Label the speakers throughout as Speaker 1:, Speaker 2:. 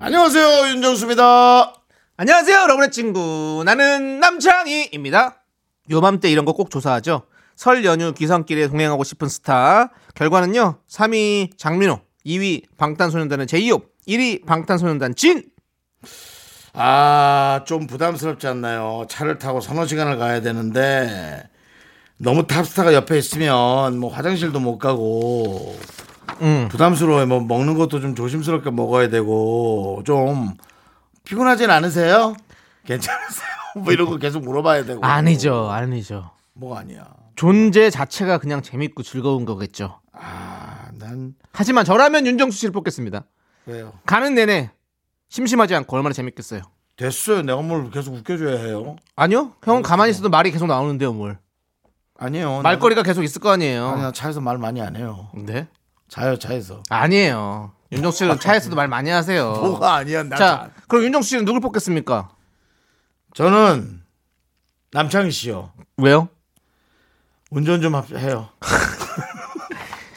Speaker 1: 안녕하세요 윤정수입니다.
Speaker 2: 안녕하세요, 여러분의 친구. 나는 남창희입니다. 요맘때 이런 거 꼭 조사하죠. 설 연휴 기성길에 동행하고 싶은 스타. 결과는요, 3위 장민호, 2위 방탄소년단의 제이홉, 1위 방탄소년단 진!
Speaker 1: 아, 좀 부담스럽지 않나요? 차를 타고 서너 시간을 가야 되는데 너무 탑스타가 옆에 있으면 뭐 화장실도 못 가고
Speaker 2: 음.
Speaker 1: 부담스러워요. 뭐 먹는 것도 좀 조심스럽게 먹어야 되고 좀 피곤하진 않으세요? 괜찮으세요? 뭐 이런 거 계속 물어봐야 되고
Speaker 2: 아니죠, 아니죠.
Speaker 1: 뭐가 아니야.
Speaker 2: 존재 자체가 그냥 재밌고 즐거운 거겠죠.
Speaker 1: 아, 난
Speaker 2: 하지만 저라면 윤정수 씨를 뽑겠습니다.
Speaker 1: 왜요?
Speaker 2: 가는 내내 심심하지 않고 얼마나 재밌겠어요.
Speaker 1: 됐어요. 내가 뭘 계속 웃겨줘야 해요.
Speaker 2: 아니요, 형은 가만히 있어도 말이 계속 나오는데요, 뭘.
Speaker 1: 아니에요.
Speaker 2: 말거리가 계속 있을 거
Speaker 1: 나는- 아니,
Speaker 2: 아니에요.
Speaker 1: 나 차에서 말 많이 안 해요.
Speaker 2: 네?
Speaker 1: 자요, 차에서.
Speaker 2: 아니에요. 윤정수 씨는 차에서도 말 많이 하세요.
Speaker 1: 뭐가 아니야, 나.
Speaker 2: 자, 그럼 윤정수 씨는 누굴 뽑겠습니까?
Speaker 1: 저는 남창희 씨요.
Speaker 2: 왜요?
Speaker 1: 운전 좀 합- 해요.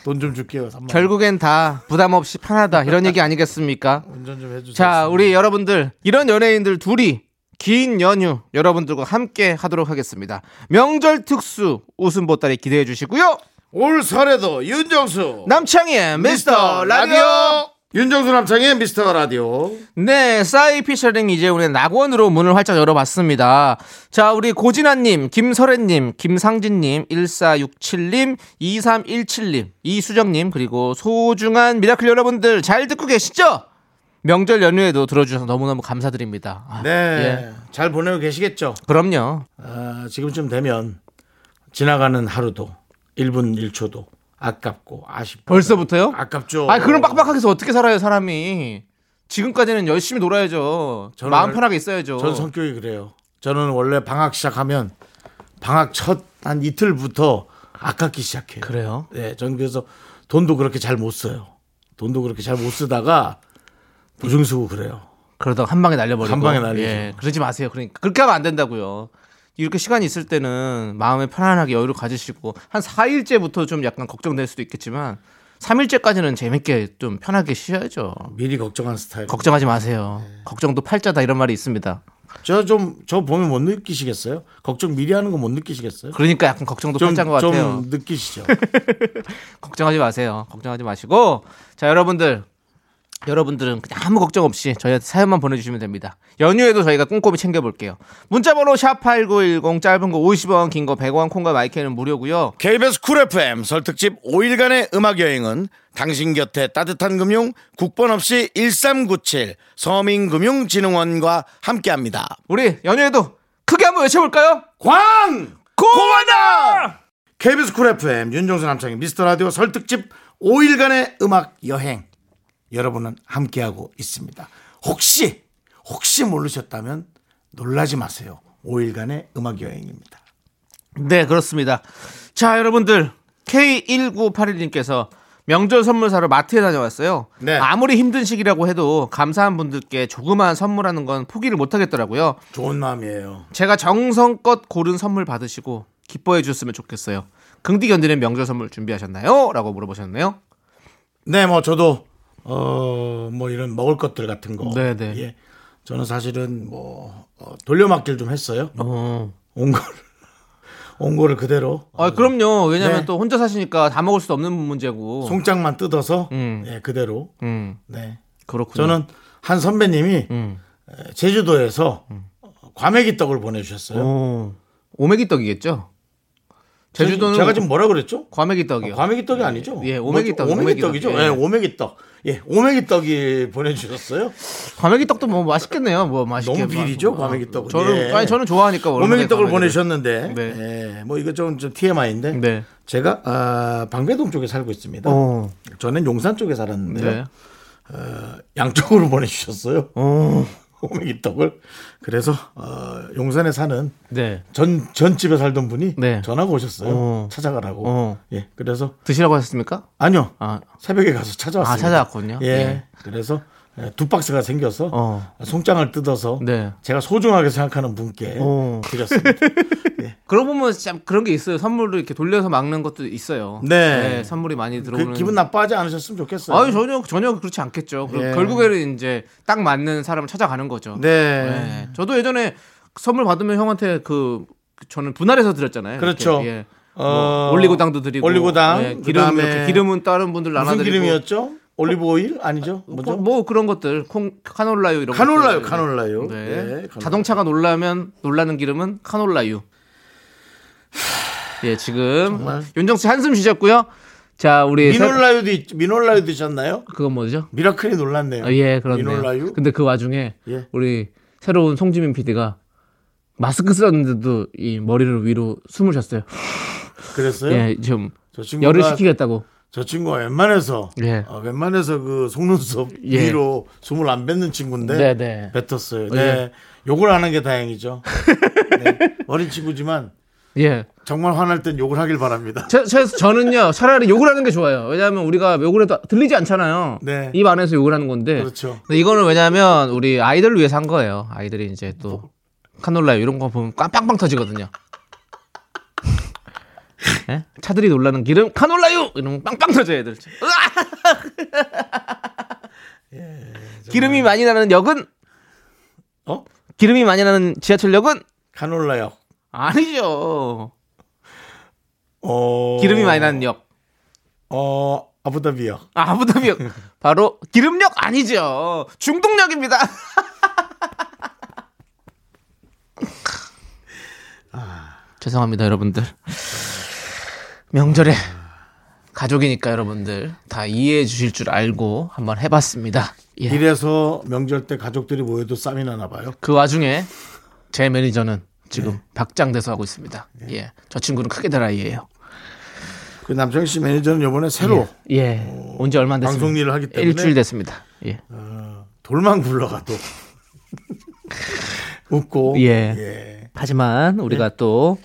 Speaker 1: 돈 좀 줄게요. 3만 원.
Speaker 2: 결국엔 다 부담 없이 편하다 이런 얘기 아니겠습니까?
Speaker 1: 운전 좀 해주세요.
Speaker 2: 자, 우리 여러분들 이런 연예인들 둘이 긴 연휴 여러분들과 함께 하도록 하겠습니다. 명절 특수 웃음 보따리 기대해 주시고요.
Speaker 1: 올 설에도 윤정수
Speaker 2: 남창희의 미스터 라디오.
Speaker 1: 윤정수 남창희 미스터 라디오.
Speaker 2: 네, 싸이 피처링 이재훈의 낙원으로 문을 활짝 열어봤습니다. 자, 우리 고진아님, 김설혜님, 김상진님, 1467님, 2317님, 이수정님, 그리고 소중한 미라클 여러분들 잘 듣고 계시죠? 명절 연휴에도 들어주셔서 너무너무 감사드립니다. 아,
Speaker 1: 네, 잘 보내고 계시겠죠.
Speaker 2: 그럼요.
Speaker 1: 아, 지금쯤 되면 지나가는 하루도 1분 1초도 아깝고 아쉽고
Speaker 2: 벌써부터요?
Speaker 1: 아깝죠.
Speaker 2: 아, 그런 빡빡하게서 어떻게 살아요, 사람이? 지금까지는 열심히 놀아야죠.
Speaker 1: 저는
Speaker 2: 마음
Speaker 1: 알-
Speaker 2: 편하게 있어야죠.
Speaker 1: 전 성격이 그래요. 저는 원래 방학 시작하면 방학 첫 한 이틀부터 아깝기 시작해요.
Speaker 2: 그래요?
Speaker 1: 네, 저는 그래서 돈도 그렇게 잘 못 써요. 돈도 그렇게 잘 못 쓰다가 보증 쓰고 그래요.
Speaker 2: 그러다가 한 방에 날려버리고
Speaker 1: 한 방에 날리죠.
Speaker 2: 예, 그러지 마세요. 그러니까 그렇게 하면 안 된다고요. 이렇게 시간이 있을 때는 마음에 편안하게 여유를 가지시고 한 4일째부터 좀 약간 걱정될 수도 있겠지만 3일째까지는 재밌게 좀 편하게 쉬어야죠.
Speaker 1: 미리 걱정하는 스타일.
Speaker 2: 걱정하지 마세요.
Speaker 1: 네.
Speaker 2: 걱정도 팔자다 이런 말이 있습니다.
Speaker 1: 저 좀 저 보면 못 느끼시겠어요? 걱정 미리 하는 거 못 느끼시겠어요?
Speaker 2: 그러니까 약간 걱정도
Speaker 1: 좀,
Speaker 2: 팔자인 것 같아요.
Speaker 1: 좀 느끼시죠.
Speaker 2: 걱정하지 마세요. 걱정하지 마시고 자 여러분들 여러분들은 그냥 아무 걱정 없이 저희한테 사연만 보내주시면 됩니다. 연휴에도 저희가 꼼꼼히 챙겨볼게요. 문자번호 샵8910 짧은 거 50원 긴 거 100원 콩과 마이크는 무료고요.
Speaker 1: KBS 쿨 FM 설특집 5일간의 음악 여행은 당신 곁에 따뜻한 금융 국번 없이 1397 서민금융진흥원과 함께합니다.
Speaker 2: 우리 연휴에도 크게 한번 외쳐볼까요?
Speaker 1: 광
Speaker 2: 고마다!
Speaker 1: KBS 쿨 FM 윤종수 남창의 미스터 라디오 설특집 5일간의 음악 여행 여러분은 함께하고 있습니다. 혹시 혹시 모르셨다면 놀라지 마세요. 5일간의 음악 여행입니다.
Speaker 2: 네 그렇습니다. 자 여러분들 K1981님께서 명절 선물 사러 마트에 다녀왔어요.
Speaker 1: 네.
Speaker 2: 아무리 힘든 시기라고 해도 감사한 분들께 조그마한 선물하는 건 포기를 못하겠더라고요.
Speaker 1: 좋은 마음이에요.
Speaker 2: 제가 정성껏 고른 선물 받으시고 기뻐해 주셨으면 좋겠어요. 긍디 견디는 명절 선물 준비하셨나요? 라고 물어보셨네요.
Speaker 1: 네, 뭐 저도 어 뭐 이런 먹을 것들 같은 거.
Speaker 2: 네, 네.
Speaker 1: 예. 저는 사실은 뭐 어, 돌려막기를 좀 했어요.
Speaker 2: 어.
Speaker 1: 온 거를 온 거를 그대로
Speaker 2: 아, 그럼요. 왜냐면
Speaker 1: 네.
Speaker 2: 또 혼자 사시니까 다 먹을 수도 없는
Speaker 1: 어.
Speaker 2: 문제고.
Speaker 1: 송장만 뜯어서
Speaker 2: 음.
Speaker 1: 예, 그대로.
Speaker 2: 음,
Speaker 1: 네.
Speaker 2: 그렇군요.
Speaker 1: 저는 한 선배님이
Speaker 2: 음.
Speaker 1: 에, 제주도에서 과메기 떡을 보내주셨어요.
Speaker 2: 오. 오메기 떡이겠죠? 제주도는
Speaker 1: 제가 지금 뭐라 그랬죠?
Speaker 2: 과메기 떡이요.
Speaker 1: 과메기 떡이 아니죠?
Speaker 2: 예, 오메기 떡,
Speaker 1: 오메기,
Speaker 2: 오메기
Speaker 1: 떡이죠.
Speaker 2: 떡.
Speaker 1: 예.
Speaker 2: 예.
Speaker 1: 오메기 떡. 예, 오메기 떡이 보내주셨어요.
Speaker 2: 과메기 떡도 뭐 맛있겠네요. 뭐 맛있게.
Speaker 1: 너무 비리죠,
Speaker 2: 마-
Speaker 1: 과메기 떡은.
Speaker 2: 저는
Speaker 1: 예.
Speaker 2: 아니 저는 좋아하니까 원래
Speaker 1: 오메기 떡을
Speaker 2: 그러니까 과메기를.
Speaker 1: 보내주셨는데,
Speaker 2: 네.
Speaker 1: 예, 뭐 이거 좀, 좀 TMI인데,
Speaker 2: 네.
Speaker 1: 제가 아, 방배동 쪽에 살고 있습니다.
Speaker 2: 어.
Speaker 1: 저는 용산 쪽에 살았는데
Speaker 2: 네.
Speaker 1: 양쪽으로 보내주셨어요.
Speaker 2: 어.
Speaker 1: 호메기떡을 그래서 어, 용산에 사는
Speaker 2: 네.
Speaker 1: 전 전집에 살던 분이
Speaker 2: 네.
Speaker 1: 전화가 오셨어요.
Speaker 2: 어.
Speaker 1: 찾아가라고.
Speaker 2: 어.
Speaker 1: 예, 그래서
Speaker 2: 드시라고 하셨습니까?
Speaker 1: 아니요.
Speaker 2: 아.
Speaker 1: 새벽에 가서 찾아왔어요.
Speaker 2: 아, 찾아왔군요.
Speaker 1: 예.
Speaker 2: 예.
Speaker 1: 그래서 예, 두 박스가 생겨서
Speaker 2: 어.
Speaker 1: 송장을 뜯어서
Speaker 2: 네.
Speaker 1: 제가 소중하게 생각하는 분께
Speaker 2: 어.
Speaker 1: 드렸습니다. 그
Speaker 2: 그러고 보면 참 그런 게 있어요. 선물을 이렇게 돌려서 막는 것도 있어요.
Speaker 1: 네.
Speaker 2: 선물이 많이 들어오는.
Speaker 1: 그 기분 나빠하지 않으셨으면 좋겠어요.
Speaker 2: 아니 전혀 전혀 그렇지 않겠죠. 그럼
Speaker 1: 예.
Speaker 2: 결국에는 이제 딱 맞는 사람을 찾아가는 거죠.
Speaker 1: 네.
Speaker 2: 네. 저도 예전에 선물 받으면 형한테 그 저는 분할해서 드렸잖아요.
Speaker 1: 그렇죠.
Speaker 2: 이렇게, 예.
Speaker 1: 어,
Speaker 2: 뭐 올리고당도 드리고
Speaker 1: 올리고당,
Speaker 2: 예, 기름
Speaker 1: 그다음에
Speaker 2: 이렇게 기름은 다른 분들 나눠
Speaker 1: 무슨
Speaker 2: 드리고
Speaker 1: 기름이었죠? 올리브 오일 아니죠? 뭐죠?
Speaker 2: 뭐, 뭐 그런 것들 콩 카놀라유 이런
Speaker 1: 카놀라유,
Speaker 2: 것들.
Speaker 1: 카놀라유.
Speaker 2: 네.
Speaker 1: 예, 카놀라유.
Speaker 2: 자동차가 놀라면 놀라는 기름은 카놀라유. 예, 지금
Speaker 1: 정말.
Speaker 2: 윤정수 씨 한숨 쉬셨고요. 자, 우리 세-
Speaker 1: 미놀라유도 있- 미놀라유 드셨나요?
Speaker 2: 그건 뭐죠?
Speaker 1: 미라클이 놀랐네요.
Speaker 2: 아, 예, 그렇네요.
Speaker 1: 미놀라유?
Speaker 2: 근데 그 와중에
Speaker 1: 예.
Speaker 2: 우리 새로운 송지민 PD가 마스크 썼는데도 이 머리를 위로 숨을 쉬었어요.
Speaker 1: 그랬어요?
Speaker 2: 예, 좀
Speaker 1: 저 친구가
Speaker 2: 열을 식히겠다고.
Speaker 1: 저 친구가 웬만해서
Speaker 2: 예.
Speaker 1: 어, 웬만해서 그 속눈썹
Speaker 2: 예.
Speaker 1: 위로 숨을 안 뱉는 친구인데
Speaker 2: 네, 네.
Speaker 1: 뱉었어요. 네.
Speaker 2: 예.
Speaker 1: 욕을 안 한 게 다행이죠. 네. 어린 친구지만
Speaker 2: 예.
Speaker 1: 정말 화날 땐 욕을 하길 바랍니다.
Speaker 2: 저, 저, 저는요, 차라리 욕을 하는 게 좋아요. 왜냐하면 우리가 욕을 해도 들리지 않잖아요.
Speaker 1: 네.
Speaker 2: 입 안에서 욕을 하는 건데.
Speaker 1: 그렇죠.
Speaker 2: 근데 이거는 왜냐하면 우리 아이들을 위해서 한 거예요. 아이들이 이제
Speaker 1: 뭐.
Speaker 2: 또 카놀라 이런 거 보면 꽝- 빵빵 터지거든요. 예? 차들이 놀라는 기름 카놀라유 이런 거 빵빵 터져 애들. 으악!
Speaker 1: 예,
Speaker 2: 기름이 많이 나는 역은
Speaker 1: 어?
Speaker 2: 기름이 많이 나는 지하철역은
Speaker 1: 카놀라요.
Speaker 2: 아니죠.
Speaker 1: 어...
Speaker 2: 기름이 많이 나는 역.
Speaker 1: 어 아부다비요.
Speaker 2: 아, 아부다비역. 바로 기름역 아니죠. 중동역입니다. 죄송합니다, 여러분들. 명절에 가족이니까 여러분들 다 이해해 주실 줄 알고 한번 해봤습니다. 예.
Speaker 1: 이래서 명절 때 가족들이 모여도 쌈이 나나 봐요.
Speaker 2: 그 와중에 제 매니저는 지금
Speaker 1: 예.
Speaker 2: 박장대소 하고 있습니다. 예. 저 친구는 크게 될 아이예요.
Speaker 1: 그 남창희 씨 매니저는 요번에 새로
Speaker 2: 예. 온 지 얼마 안 됐습니다.
Speaker 1: 방송 일을 하기 때문에
Speaker 2: 일주일 됐습니다. 예.
Speaker 1: 돌만 굴러가도 웃고
Speaker 2: 예.
Speaker 1: 예.
Speaker 2: 하지만 우리가 또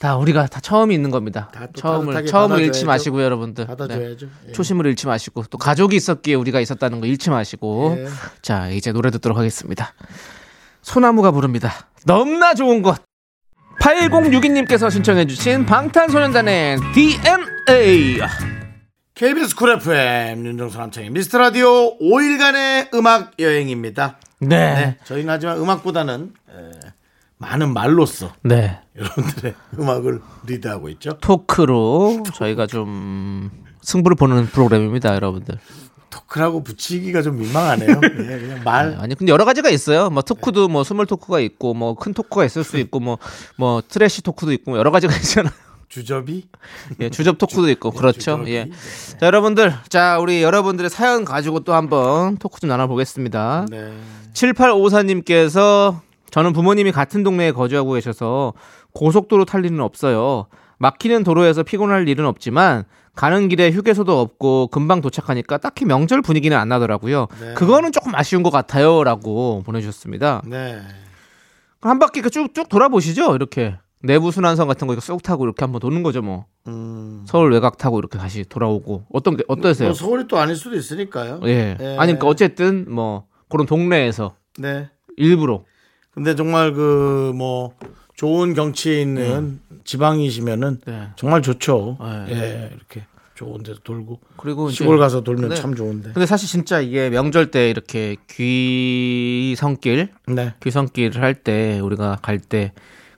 Speaker 2: 다 우리가 다 처음이 있는 겁니다.
Speaker 1: 네. 다또
Speaker 2: 처음을
Speaker 1: 따뜻하게
Speaker 2: 처음을
Speaker 1: 받아줘야죠.
Speaker 2: 잃지 마시고 여러분들 네.
Speaker 1: 받아줘야죠. 예.
Speaker 2: 초심을 잃지 마시고 또 가족이 있었기에 우리가 있었다는 거 잃지 마시고
Speaker 1: 예.
Speaker 2: 자 이제 노래 듣도록 하겠습니다. 소나무가 부릅니다. 넘나 좋은 것. 8062님께서 신청해주신 방탄소년단의 DNA.
Speaker 1: KBS 쿨 FM 윤정수 남창희 미스터 라디오 5일간의 음악 여행입니다.
Speaker 2: 네,
Speaker 1: 네, 저희는 하지만 음악보다는 에, 많은 말로써
Speaker 2: 네.
Speaker 1: 여러분들의 음악을 리드하고 있죠.
Speaker 2: 토크로 저희가 좀 승부를 보는 프로그램입니다, 여러분들.
Speaker 1: 토크라고 붙이기가 좀 민망하네요. 예, 그냥 말
Speaker 2: 아니 근데 여러 가지가 있어요. 뭐 토크도 뭐 스몰 토크가 있고 뭐 큰 토크가 있을 수 있고 뭐 뭐 트래시 토크도 있고 뭐 여러 가지가 있잖아요.
Speaker 1: 주접이
Speaker 2: 예, 주접 토크도 있고 그렇죠.
Speaker 1: 주접이.
Speaker 2: 예. 자, 여러분들. 자, 우리 여러분들의 사연 가지고 또 한번 토크 좀 나눠 보겠습니다.
Speaker 1: 네.
Speaker 2: 7854님께서 저는 부모님이 같은 동네에 거주하고 계셔서 고속도로 탈 일은 없어요. 막히는 도로에서 피곤할 일은 없지만 가는 길에 휴게소도 없고 금방 도착하니까 딱히 명절 분위기는 안 나더라고요. 그거는 조금 아쉬운 것 같아요라고 보내주셨습니다.
Speaker 1: 네.
Speaker 2: 그럼 한 바퀴 쭉쭉 돌아보시죠. 이렇게 내부 순환선 같은 거 이렇게 쏙 타고 이렇게 한번 도는 거죠 뭐. 서울 외곽 타고 이렇게 다시 돌아오고 어떤 게 어떠세요?
Speaker 1: 뭐 음, 서울이 또 아닐 수도 있으니까요.
Speaker 2: 예.
Speaker 1: 예.
Speaker 2: 아니 그러니까 어쨌든 뭐 그런 동네에서
Speaker 1: 네.
Speaker 2: 일부러
Speaker 1: 근데 정말 그 뭐 좋은 경치에 있는 지방이시면은
Speaker 2: 음. 네.
Speaker 1: 정말 좋죠.
Speaker 2: 네.
Speaker 1: 예, 이렇게 좋은 데서 돌고
Speaker 2: 그리고 이제-
Speaker 1: 시골 가서 돌면
Speaker 2: 네.
Speaker 1: 참 좋은데.
Speaker 2: 근데 사실 진짜 이게 명절 때 이렇게 귀성길
Speaker 1: 네.
Speaker 2: 귀성길을 할 때 우리가 갈 때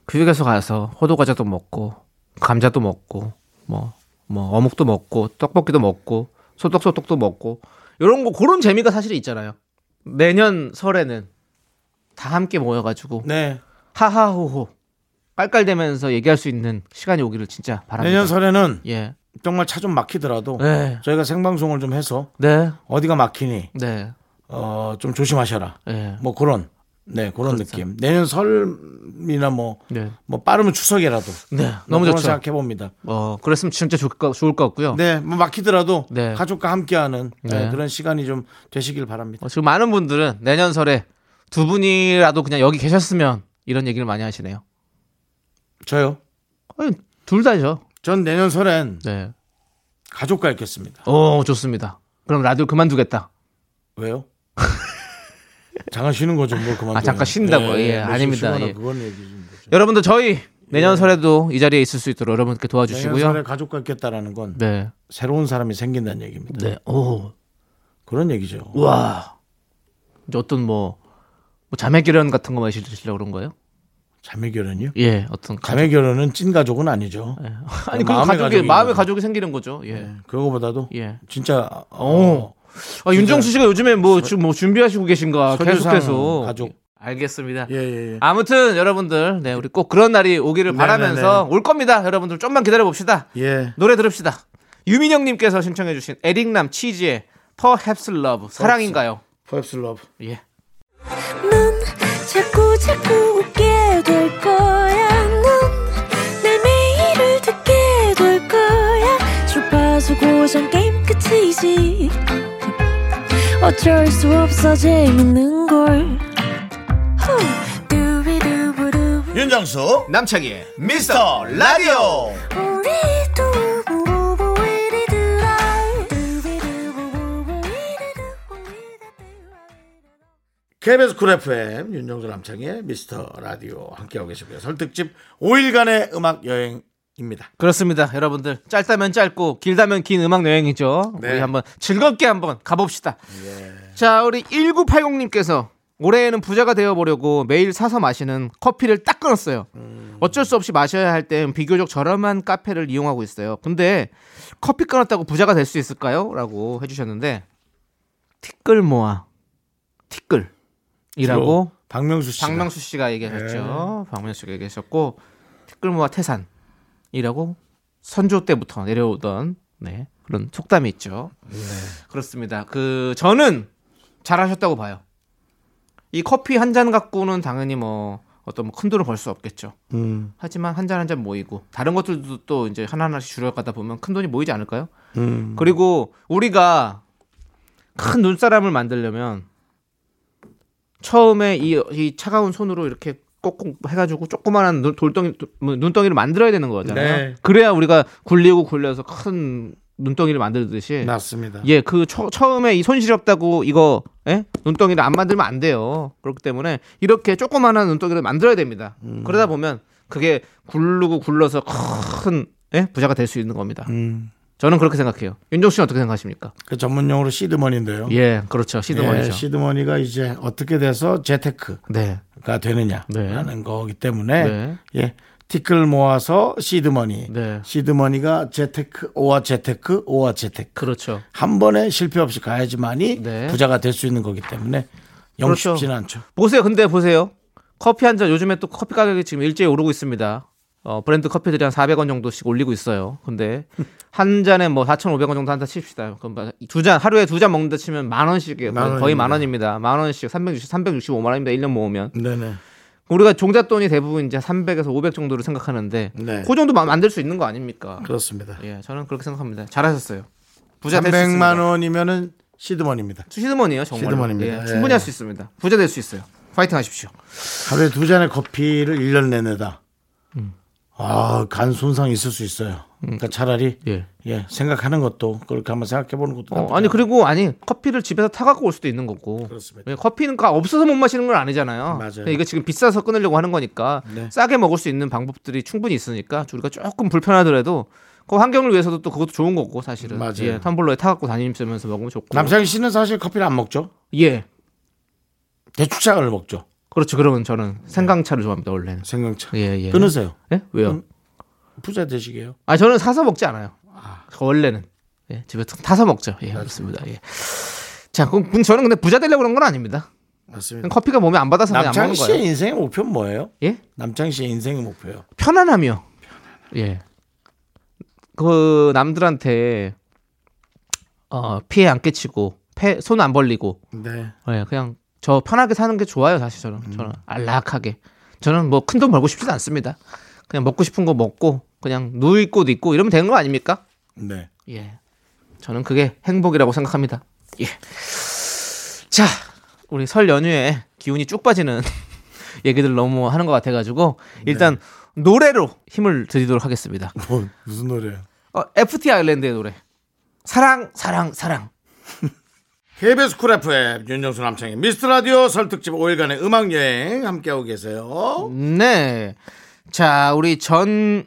Speaker 2: 그 휴게소 가서 호두 과자도 먹고 감자도 먹고 뭐 뭐 어묵도 먹고 떡볶이도 먹고 소떡소떡도 먹고 이런 거 그런 재미가 사실 있잖아요. 매년 설에는 다 함께 모여가지고
Speaker 1: 네.
Speaker 2: 하하호호 깔깔대면서 얘기할 수 있는 시간이 오기를 진짜 바랍니다.
Speaker 1: 내년 설에는
Speaker 2: 예,
Speaker 1: 정말 차 좀 막히더라도
Speaker 2: 네,
Speaker 1: 저희가 생방송을 좀 해서
Speaker 2: 네,
Speaker 1: 어디가 막히니
Speaker 2: 네,
Speaker 1: 어 좀 조심하셔라.
Speaker 2: 예,
Speaker 1: 뭐 그런 네 그런 느낌. 내년 설이나 뭐 뭐
Speaker 2: 그렇죠. 네.
Speaker 1: 빠르면 추석이라도
Speaker 2: 네, 너무 좋죠.
Speaker 1: 생각해 봅니다.
Speaker 2: 어, 그랬으면 진짜 좋을 것, 좋을 것 같고요.
Speaker 1: 네, 뭐 막히더라도
Speaker 2: 네.
Speaker 1: 가족과 함께하는 네,
Speaker 2: 네.
Speaker 1: 그런 시간이 좀 되시길 바랍니다.
Speaker 2: 어, 지금 많은 분들은 내년 설에 두 분이라도 그냥 여기 계셨으면 이런 얘기를 많이 하시네요.
Speaker 1: 저요.
Speaker 2: 둘 다죠.
Speaker 1: 전 내년 설엔
Speaker 2: 네.
Speaker 1: 가족과 있겠습니다.
Speaker 2: 어, 좋습니다. 그럼 라디오 그만두겠다.
Speaker 1: 왜요? 잠깐 쉬는 거죠. 뭐 그만.
Speaker 2: 아, 잠깐 쉰다고요? 예, 아닙니다. 예.
Speaker 1: 네, 그건 얘기인 거죠.
Speaker 2: 여러분들 저희 내년 설에도 이 자리에 있을 수 있도록 여러분께
Speaker 1: 네. 내년
Speaker 2: 도와주시고요.
Speaker 1: 설에 가족과 있겠다라는 건
Speaker 2: 네.
Speaker 1: 새로운 사람이 생긴다는 얘기입니다.
Speaker 2: 네. 오.
Speaker 1: 그런 얘기죠.
Speaker 2: 와. 이제 어떤 뭐, 뭐 자매 결혼 같은 거 마시려고 그런 거예요?
Speaker 1: 자매 결혼이요?
Speaker 2: 예, 어떤 가족.
Speaker 1: 자매 결혼은 찐 가족은 아니죠.
Speaker 2: 아니 그
Speaker 1: 마음의
Speaker 2: 가족이
Speaker 1: 가족인
Speaker 2: 마음의
Speaker 1: 거죠. 네.
Speaker 2: 가족이 생기는 거죠. 예.
Speaker 1: 그거보다도
Speaker 2: 예.
Speaker 1: 진짜 어,
Speaker 2: 아, 윤정수 씨가 요즘에 뭐, 지금 뭐 준비하시고 계신가
Speaker 1: 서류상
Speaker 2: 계속해서
Speaker 1: 가족.
Speaker 2: 알겠습니다.
Speaker 1: 예, 예, 예.
Speaker 2: 아무튼 여러분들 네 우리 꼭 그런 날이 오기를
Speaker 1: 네,
Speaker 2: 바라면서
Speaker 1: 네,
Speaker 2: 올 겁니다. 여러분들 좀만 기다려 봅시다.
Speaker 1: 예.
Speaker 2: 노래 들읍시다. 유민영님께서 신청해주신 에릭남 치즈의 Perhaps Love 사랑인가요?
Speaker 1: 퍼앱스 러브.
Speaker 2: 예.
Speaker 3: 넌 자꾸 자꾸 웃게 될 거야. 넌내 매일을 듣게 될 거야. 주파수 고정 게임 끝이지. 어쩔 수 없어 재밌는 걸. 후. 두비두부두부.
Speaker 4: 윤정수
Speaker 2: 남창희의
Speaker 4: 미스터 라디오
Speaker 3: 우리 두부부부 우리들아. 두비두부부부 우리들아.
Speaker 1: KBS 쿨 FM 윤정수 남창의 미스터 라디오 함께하고 계시고요. 설득집 5일간의 음악 여행입니다.
Speaker 2: 그렇습니다. 여러분들 짧다면 짧고 길다면 긴 음악 여행이죠.
Speaker 1: 네.
Speaker 2: 우리 한번 즐겁게 한번 가봅시다. 자 우리 1980님께서 올해에는 부자가 되어보려고 매일 사서 마시는 커피를 딱 끊었어요. 어쩔 수 없이 마셔야 할 땐 비교적 저렴한 카페를 이용하고 있어요. 근데 커피 끊었다고 부자가 될 수 있을까요? 라고 해주셨는데 티끌 모아 티끌이라고
Speaker 1: 주로 박명수 씨.
Speaker 2: 박명수 씨가 얘기하셨죠. 박명수 씨가 얘기하셨고 티끌모아 태산이라고 선조 때부터 내려오던 네, 그런 속담이 있죠. 그렇습니다. 그 저는 잘하셨다고 봐요. 이 커피 한 잔 갖고는 당연히 뭐 어떤 큰 돈을 벌 수 없겠죠.
Speaker 1: 음,
Speaker 2: 하지만 한 잔 한 잔 모이고 다른 것들도 또 이제 하나하나씩 줄여가다 보면 큰 돈이 모이지 않을까요?
Speaker 1: 음.
Speaker 2: 그리고 우리가 큰 눈사람을 만들려면 처음에 이, 이 차가운 손으로 이렇게 꼭꼭 해가지고 조그만한 눈, 돌덩이 뭐 눈덩이를 만들어야 되는 거잖아요.
Speaker 1: 네.
Speaker 2: 그래야 우리가 굴리고 굴려서 큰 눈덩이를 만들듯이
Speaker 1: 맞습니다.
Speaker 2: 예, 그 처, 처음에 이 손시렵다고 이거 예? 눈덩이를 안 만들면 안 돼요. 그렇기 때문에 이렇게 조그만한 눈덩이를 만들어야 됩니다.
Speaker 1: 음.
Speaker 2: 그러다 보면 그게 굴르고 굴러서 큰 예? 부자가 될 수 있는 겁니다.
Speaker 1: 음,
Speaker 2: 저는 그렇게 생각해요. 윤종 씨는 어떻게 생각하십니까?
Speaker 1: 그 전문용어로 시드머니인데요.
Speaker 2: 예, 그렇죠. 시드머니죠.
Speaker 1: 예, 시드머니가 이제 어떻게 돼서 재테크가
Speaker 2: 네.
Speaker 1: 되느냐라는 거기 때문에
Speaker 2: 네.
Speaker 1: 예, 티끌 모아서 시드머니.
Speaker 2: 네.
Speaker 1: 시드머니가 재테크, 오와 재테크, 오와 재테크.
Speaker 2: 그렇죠.
Speaker 1: 한 번에 실패 없이 가야지만이
Speaker 2: 네.
Speaker 1: 부자가 될 수 있는 거기 때문에 영
Speaker 2: 그렇죠.
Speaker 1: 쉽진 않죠.
Speaker 2: 보세요. 근데 보세요. 커피 한 잔 요즘에 또 커피 가격이 지금 일제히 오르고 있습니다. 어, 브랜드 커피들이 한 400원 정도씩 올리고 있어요. 근데 한 잔에 뭐 4,500원 정도 한다 칩시다. 그럼 두 잔, 하루에 두 잔 먹는다 치면 만 원씩이에요.
Speaker 1: 만
Speaker 2: 거의 만
Speaker 1: 원입니다.
Speaker 2: 원입니다. 만 원씩 360, 365만 원입니다. 1년 모으면.
Speaker 1: 네네.
Speaker 2: 우리가 종잣돈이 대부분 이제 300에서 500 정도로 생각하는데
Speaker 1: 네.
Speaker 2: 그 정도 마- 만들 수 있는 거 아닙니까?
Speaker 1: 그렇습니다.
Speaker 2: 예, 저는 그렇게 생각합니다. 잘하셨어요. 부자 될수 있습니다.
Speaker 1: 300만 원이면은 시드머니입니다.
Speaker 2: 시드머니요 정말
Speaker 1: 시드머니입니다.
Speaker 2: 예,
Speaker 1: 예.
Speaker 2: 충분히 할 수 있습니다 부자 될 수 있어요 파이팅 하십시오
Speaker 1: 하루에 두 잔의 커피를 1년 내내다.
Speaker 2: 음.
Speaker 1: 아, 간 손상 있을 수 있어요. 그러니까 차라리
Speaker 2: 예.
Speaker 1: 예, 생각하는 것도 그렇게 한번 생각해 보는 것도
Speaker 2: 어,
Speaker 1: 나쁘지
Speaker 2: 아니
Speaker 1: 않아요.
Speaker 2: 그리고 아니 커피를 집에서 타 갖고 올 수도 있는 거고
Speaker 1: 네. 그렇습니다.
Speaker 2: 예, 커피는 가 없어서 못 마시는 건 아니잖아요
Speaker 1: 맞아요.
Speaker 2: 근데 이거 지금 비싸서 끊으려고 하는 거니까
Speaker 1: 네.
Speaker 2: 싸게 먹을 수 있는 방법들이 충분히 있으니까 우리가 조금 불편하더라도 그 환경을 위해서도 또 그것도 좋은 거고 사실은
Speaker 1: 맞아요.
Speaker 2: 예, 텀블러에 타 갖고 다니면서 먹으면 좋고
Speaker 1: 남창희 씨는 사실 커피를 안 먹죠.
Speaker 2: 예
Speaker 1: 대추차를 먹죠.
Speaker 2: 그렇죠 그러면 저는 생강차를 좋아합니다 원래는
Speaker 1: 생강차.
Speaker 2: 예, 예.
Speaker 1: 네. 끊으세요.
Speaker 2: 예? 왜요
Speaker 1: 부자 되시게요.
Speaker 2: 아 저는 사서 먹지 않아요. 저 원래는 예, 집에 타서 먹죠. 예, 그렇습니다. 예. 자, 그럼 분- 저는 근데 부자 되려고 그런 건 아닙니다. 그냥
Speaker 1: 맞습니다.
Speaker 2: 커피가 몸에 안 받아서 그냥 안
Speaker 1: 남창희
Speaker 2: 먹는
Speaker 1: 씨의
Speaker 2: 거예요.
Speaker 1: 인생의 목표는 뭐예요?
Speaker 2: 예?
Speaker 1: 남창희 씨의 인생의 목표요.
Speaker 2: 편안함이요. 예. 그 남들한테 어, 피해 안 끼치고 손 안 벌리고
Speaker 1: 네.
Speaker 2: 예, 그냥 저 편하게 사는 게 좋아요, 사실 저는.
Speaker 1: 음.
Speaker 2: 저는 안락하게. 저는 뭐 큰 돈 벌고 싶지도 않습니다. 그냥 먹고 싶은 거 먹고 그냥 누있고도 있고 이러면 되는 거 아닙니까?
Speaker 1: 네.
Speaker 2: 예. 저는 그게 행복이라고 생각합니다. 예. 자, 우리 설 연휴에 기운이 쭉 빠지는 얘기들 너무 하는 것 같아가지고 일단 노래로 힘을 드리도록 하겠습니다.
Speaker 1: 뭐, 무슨 노래야?
Speaker 2: 어, FT 아일랜드의 노래 사랑 사랑 사랑
Speaker 1: KBS 쿨 FM 윤정수 남창희 미스터 라디오 설특집 5일간의 음악 여행 함께하고 계세요.
Speaker 2: 네. 자, 우리 전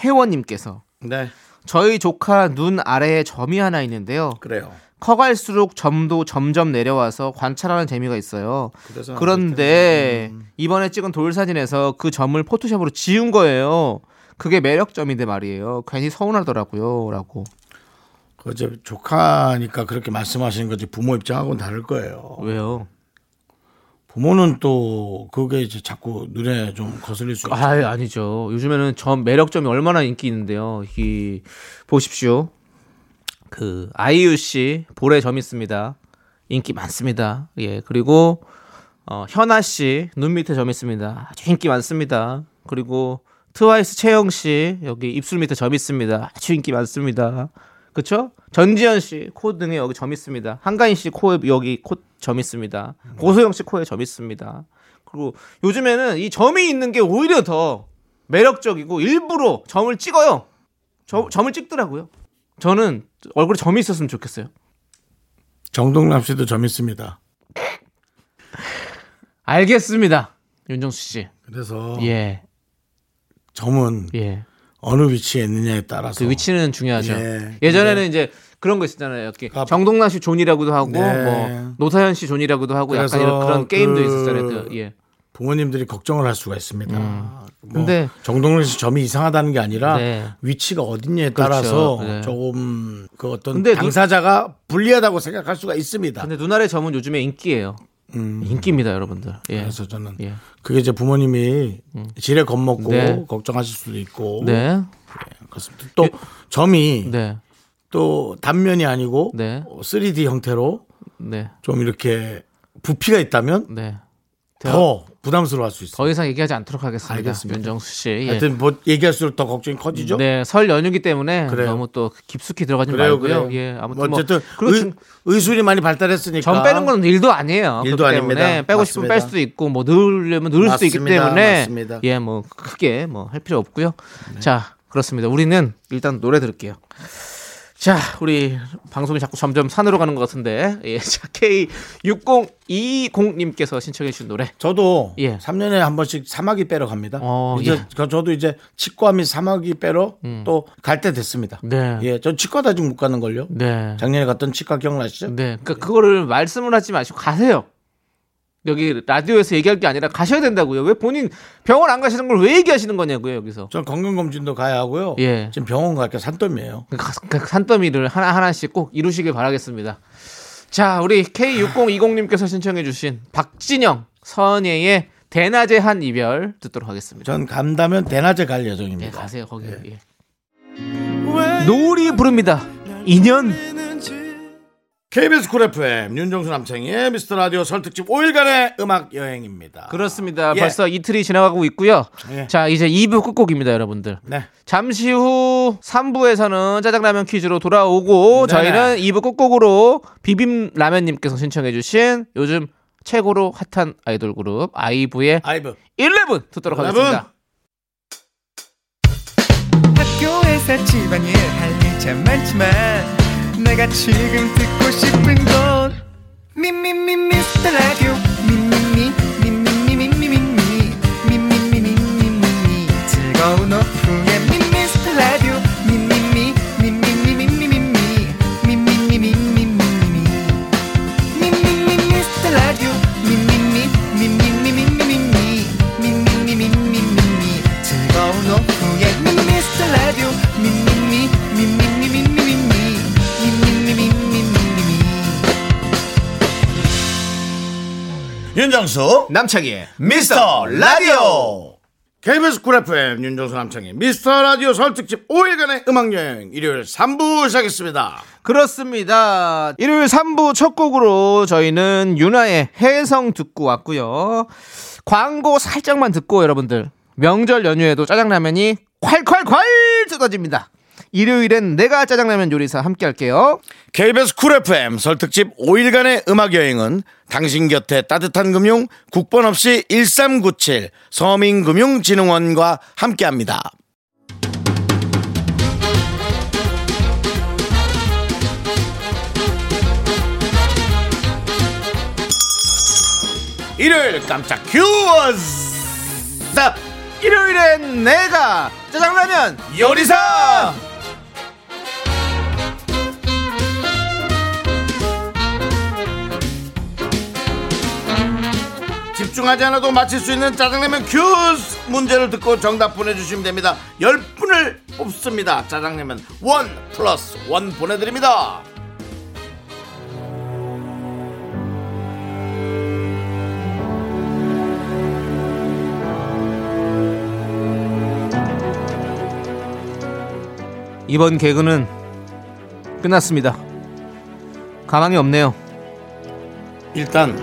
Speaker 2: 회원님께서
Speaker 1: 네,
Speaker 2: 저희 조카 눈 아래에 점이 하나 있는데요.
Speaker 1: 그래요.
Speaker 2: 커갈수록 점도 점점 내려와서 관찰하는 재미가 있어요.
Speaker 1: 그래서 음,
Speaker 2: 그런데 이번에 찍은 돌 사진에서 그 점을 포토샵으로 지운 거예요. 그게 매력점인데 말이에요. 괜히 서운하더라고요.라고.
Speaker 1: 어제 그 조카니까 그렇게 말씀하시는 거지 부모 입장하고는 다를 거예요.
Speaker 2: 왜요?
Speaker 1: 부모는 또 그게 이제 자꾸 눈에 좀 거슬릴 수 있죠.
Speaker 2: 아, 아니죠. 요즘에는 점 매력점이 얼마나 인기 있는데요. 이 보십시오. 그 아이유 씨 볼에 점 있습니다. 인기 많습니다. 예. 그리고 어, 현아 씨 눈 밑에 점 있습니다. 아주 인기 많습니다. 그리고 트와이스 채영 씨 여기 입술 밑에 점 있습니다. 아주 인기 많습니다. 그렇죠? 전지현 씨 코 등에 여기 점 있습니다. 한가인 씨 코에 여기 코 점 있습니다. 고소영 씨 코에 점 있습니다. 그리고 요즘에는 이 점이 있는 게 오히려 더 매력적이고 일부러 점을 찍어요. 저- 점을 찍더라고요. 저는 얼굴에 점이 있었으면 좋겠어요.
Speaker 1: 정동남 씨도 점 있습니다.
Speaker 2: 알겠습니다. 윤정수 씨.
Speaker 1: 그래서
Speaker 2: 예.
Speaker 1: 점은
Speaker 2: 예.
Speaker 1: 어느 위치에 있느냐에 따라서
Speaker 2: 그 위치는 중요하죠.
Speaker 1: 예,
Speaker 2: 예, 전에는 이제 그런 거 있었잖아요. 이렇게
Speaker 1: 아,
Speaker 2: 정동란 씨 존이라고도 하고
Speaker 1: 네.
Speaker 2: 뭐 노사연 씨 존이라고도 하고
Speaker 1: 그래서
Speaker 2: 약간 이런 그런
Speaker 1: 그-
Speaker 2: 게임도 있었잖아요. 그, 예.
Speaker 1: 부모님들이 걱정을 할 수가 있습니다. 뭐
Speaker 2: 음. 근데-
Speaker 1: 정동남 씨 점이 이상하다는 게 아니라
Speaker 2: 네.
Speaker 1: 위치가 어딨냐에 따라서
Speaker 2: 그렇죠. 네.
Speaker 1: 조금 그 어떤
Speaker 2: 근데 눈-
Speaker 1: 당사자가 불리하다고 생각할 수가 있습니다.
Speaker 2: 근데 눈알의 점은 요즘에 인기예요. 인기입니다, 여러분들. 예.
Speaker 1: 음. 그래서 저는
Speaker 2: 예. 음.
Speaker 1: 그게 이제 부모님이 지레 겁먹고
Speaker 2: 네.
Speaker 1: 걱정하실 수도 있고
Speaker 2: 네.
Speaker 1: 그렇습니다. 또 점이
Speaker 2: 네.
Speaker 1: 또 단면이 아니고
Speaker 2: 네.
Speaker 1: 어, 3D 형태로
Speaker 2: 네.
Speaker 1: 좀 이렇게 부피가 있다면
Speaker 2: 네.
Speaker 1: 더 부담스러워할 수 있어요.
Speaker 2: 더 이상 얘기하지 않도록 하겠습니다.
Speaker 1: 알겠습니다.
Speaker 2: 윤정수 씨. 예.
Speaker 1: 하여튼 뭐 얘기할수록 더 걱정이 커지죠.
Speaker 2: 네, 설 연휴기 때문에
Speaker 1: 그래요.
Speaker 2: 너무 또 깊숙이 들어가지
Speaker 1: 그래요,
Speaker 2: 말고요.
Speaker 1: 그래요.
Speaker 2: 예, 아무튼 뭐
Speaker 1: 어쨌든
Speaker 2: 그리고
Speaker 1: 의,
Speaker 2: 중-
Speaker 1: 의술이 많이 발달했으니까
Speaker 2: 전 빼는 건 일도 아니에요.
Speaker 1: 그러니까 일도
Speaker 2: 그렇기 때문에
Speaker 1: 아닙니다.
Speaker 2: 빼고 싶으면
Speaker 1: 맞습니다.
Speaker 2: 뺄 수도 있고 뭐 늘려면 늘 수도 있기
Speaker 1: 맞습니다.
Speaker 2: 때문에
Speaker 1: 맞습니다.
Speaker 2: 예, 뭐 크게 뭐 할 필요 없고요. 자, 그렇습니다. 우리는 일단 노래 들을게요. 자, 우리 방송이 자꾸 점점 산으로 가는 것 같은데. 예, 자, K6020님께서 신청해 주신 노래.
Speaker 1: 저도
Speaker 2: 예.
Speaker 1: 3년에 한 번씩 사마귀 빼러 갑니다.
Speaker 2: 어,
Speaker 1: 이제
Speaker 2: 예. 음.
Speaker 1: 저- 저도 이제 치과 및 사마귀 빼러 또 갈 때 됐습니다.
Speaker 2: 네.
Speaker 1: 예, 전 치과도 아직 못 가는 걸요.
Speaker 2: 네.
Speaker 1: 작년에 갔던 치과 기억나시죠?
Speaker 2: 네. 그러니까 그거를 말씀을 하지 마시고 가세요. 여기 라디오에서 얘기할 게 아니라 가셔야 된다고요. 왜 본인 병원 안 가시는 걸 왜 얘기하시는 거냐고요, 여기서.
Speaker 1: 전 건강검진도 가야 하고요.
Speaker 2: 예.
Speaker 1: 지금 병원 갈게 산더미예요.
Speaker 2: 그 가- 그 산더미를 하나하나씩 꼭 이루시길 바라겠습니다. 자, 우리 K6020님께서 신청해주신 박진영, 선예의 대낮의 한 이별 듣도록 하겠습니다.
Speaker 1: 전 간다면 대낮에 갈
Speaker 2: 예,
Speaker 1: 예정입니다.
Speaker 2: 가세요, 거기. 예. 노을이 부릅니다. 인연.
Speaker 1: KBS 쿨 FM 윤정수 남창희의 미스터 라디오 설특집 5일간의 음악 여행입니다.
Speaker 2: 그렇습니다.
Speaker 1: 예.
Speaker 2: 벌써 이틀이 지나가고 있고요.
Speaker 1: 예.
Speaker 2: 자, 이제 2부 끝곡입니다, 여러분들.
Speaker 1: 네.
Speaker 2: 잠시 후 3부에서는 짜장라면 퀴즈로
Speaker 1: 네네.
Speaker 2: 돌아오고 저희는 2부 끝곡으로 비빔라면님께서 신청해주신 요즘 최고로 핫한 아이돌 그룹 아이브의
Speaker 1: 아이브
Speaker 2: 11 듣도록 하겠습니다.
Speaker 5: 학교에서 집안일 할 일 참 많지만 내가 지금 듣고 싶은 건 미미미 미스터 라디오 미미미 미미미미미미 미미미미미미 즐거운 오후에 미미스터 라디오 미미미 미미미미미미 미미미미미미미 미미미 미스터 라디오 미미미 미미미미미미 미미미미미미 즐거운 오후에 미스터 라디오 미미미 미미미미미미 미미미미미미미
Speaker 4: 윤정수
Speaker 2: 남창희의
Speaker 4: 미스터 라디오
Speaker 1: KBS 쿨 FM 윤정수 남창희 미스터 라디오 설특집 5일간의 음악 여행 일요일 3부 시작했습니다.
Speaker 2: 그렇습니다. 일요일 3부 첫 곡으로 저희는 윤아의 해성 듣고 왔고요. 광고 살짝만 듣고 여러분들 명절 연휴에도 짜장라면이 콸콸콸 뜯어집니다. 일요일엔 내가 짜장라면 요리사 함께 할게요.
Speaker 1: KBS 쿨 FM 설 특집 5일간의 음악 여행은 당신 곁에 따뜻한 금융 국번 없이 1397 서민금융진흥원과 함께합니다. 일요일 깜짝 퀴즈! 답!
Speaker 2: 일요일엔 내가 짜장라면
Speaker 1: 요리사! 집중하지 않아도 맞힐 수 있는 짜장라면 큐스 문제를 듣고 정답 보내주시면 됩니다 10분을 뽑습니다 짜장라면 원 플러스 원 보내드립니다
Speaker 2: 이번 개그는 끝났습니다. 가망이 없네요.
Speaker 1: 일단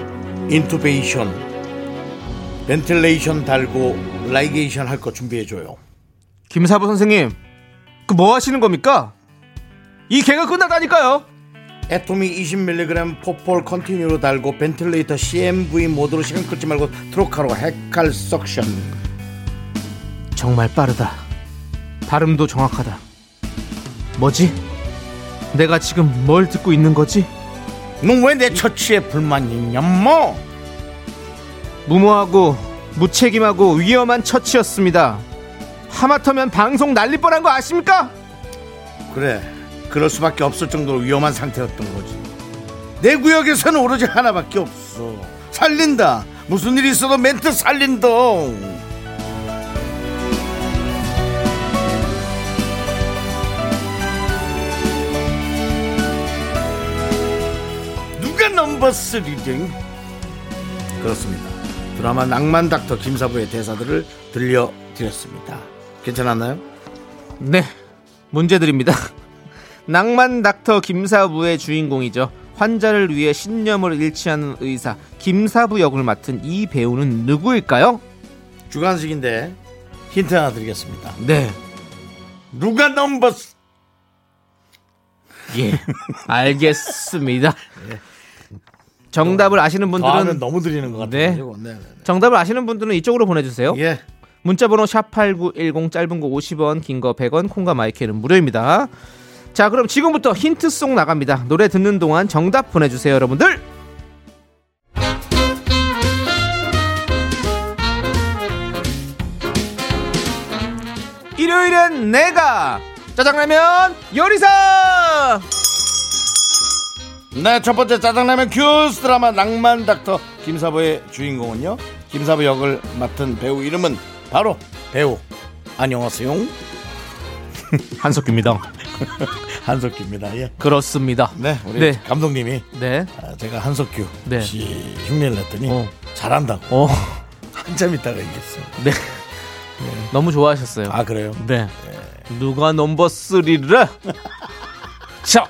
Speaker 1: 인투베이션 벤틀레이션 달고 라이게이션 할 거 준비해줘요
Speaker 2: 김사부 선생님, 그 뭐 하시는 겁니까? 이 개그 끝났다니까요.
Speaker 1: 애토미 20mg 포폴 컨티뉴로 달고 벤틀레이터 CMV 모드로 시간 끌지 말고 트로카로 핵칼 석션
Speaker 2: 정말 빠르다. 발음도 정확하다. 뭐지? 내가 지금 뭘 듣고 있는 거지?
Speaker 1: 넌 왜 내 처치에 불만이 있냐 뭐
Speaker 2: 무모하고 무책임하고 위험한 처치였습니다. 하마터면 방송 날릴 뻔한 거 아십니까?
Speaker 1: 그래 그럴 수밖에 없을 정도로 위험한 상태였던 거지 내 구역에서는 오로지 하나밖에 없어 살린다 무슨 일이 있어도 멘트 살린다 누가 넘버 쓰리링 그렇습니다 드라마 낭만 닥터 김사부의 대사들을 들려드렸습니다 괜찮았나요?
Speaker 2: 네, 문제 드립니다. 낭만 닥터 김사부의 주인공이죠. 환자를 위해 신념을 잃지하는 의사 김사부 역을 맡은 이 배우는 누구일까요?
Speaker 1: 주간식인데 힌트 하나 드리겠습니다.
Speaker 2: 네,
Speaker 1: 누가 넘버 스-
Speaker 2: 예, 알겠습니다. 정답을 아시는
Speaker 1: 예. 더하면
Speaker 2: 분들은
Speaker 1: 너무 드리는 것
Speaker 2: 네.
Speaker 1: 같아요. 네. 네.
Speaker 2: 정답을 아시는 분들은 이쪽으로 보내주세요.
Speaker 1: 네. 예.
Speaker 2: 문자번호 샵8910 짧은 거 50원 긴 거 100원 콩과 마이크는 무료입니다 자 그럼 지금부터 힌트송 나갑니다 노래 듣는 동안 정답 보내주세요 여러분들 일요일엔 내가 짜장라면 요리사
Speaker 1: 네, 첫 번째 짜장라면 큐스 드라마 낭만 닥터 김사부의 주인공은요. 김사부 역을 맡은 배우 이름은 바로 배우 안녕하세요.
Speaker 2: 한석규입니다
Speaker 1: 한석규입니다. 예.
Speaker 2: 그렇습니다
Speaker 1: 네, 우리
Speaker 2: 네.
Speaker 1: 감독님이
Speaker 2: 네.
Speaker 1: 아, 제가 한석규
Speaker 2: 네.
Speaker 1: 씨 흉내를 냈더니
Speaker 2: 어.
Speaker 1: 잘한다고
Speaker 2: 어,
Speaker 1: 한참 있다가 얘기했어요.
Speaker 2: 네. 너무 좋아하셨어요
Speaker 1: 아 그래요?
Speaker 2: 네. 누가 넘버 3를? 자,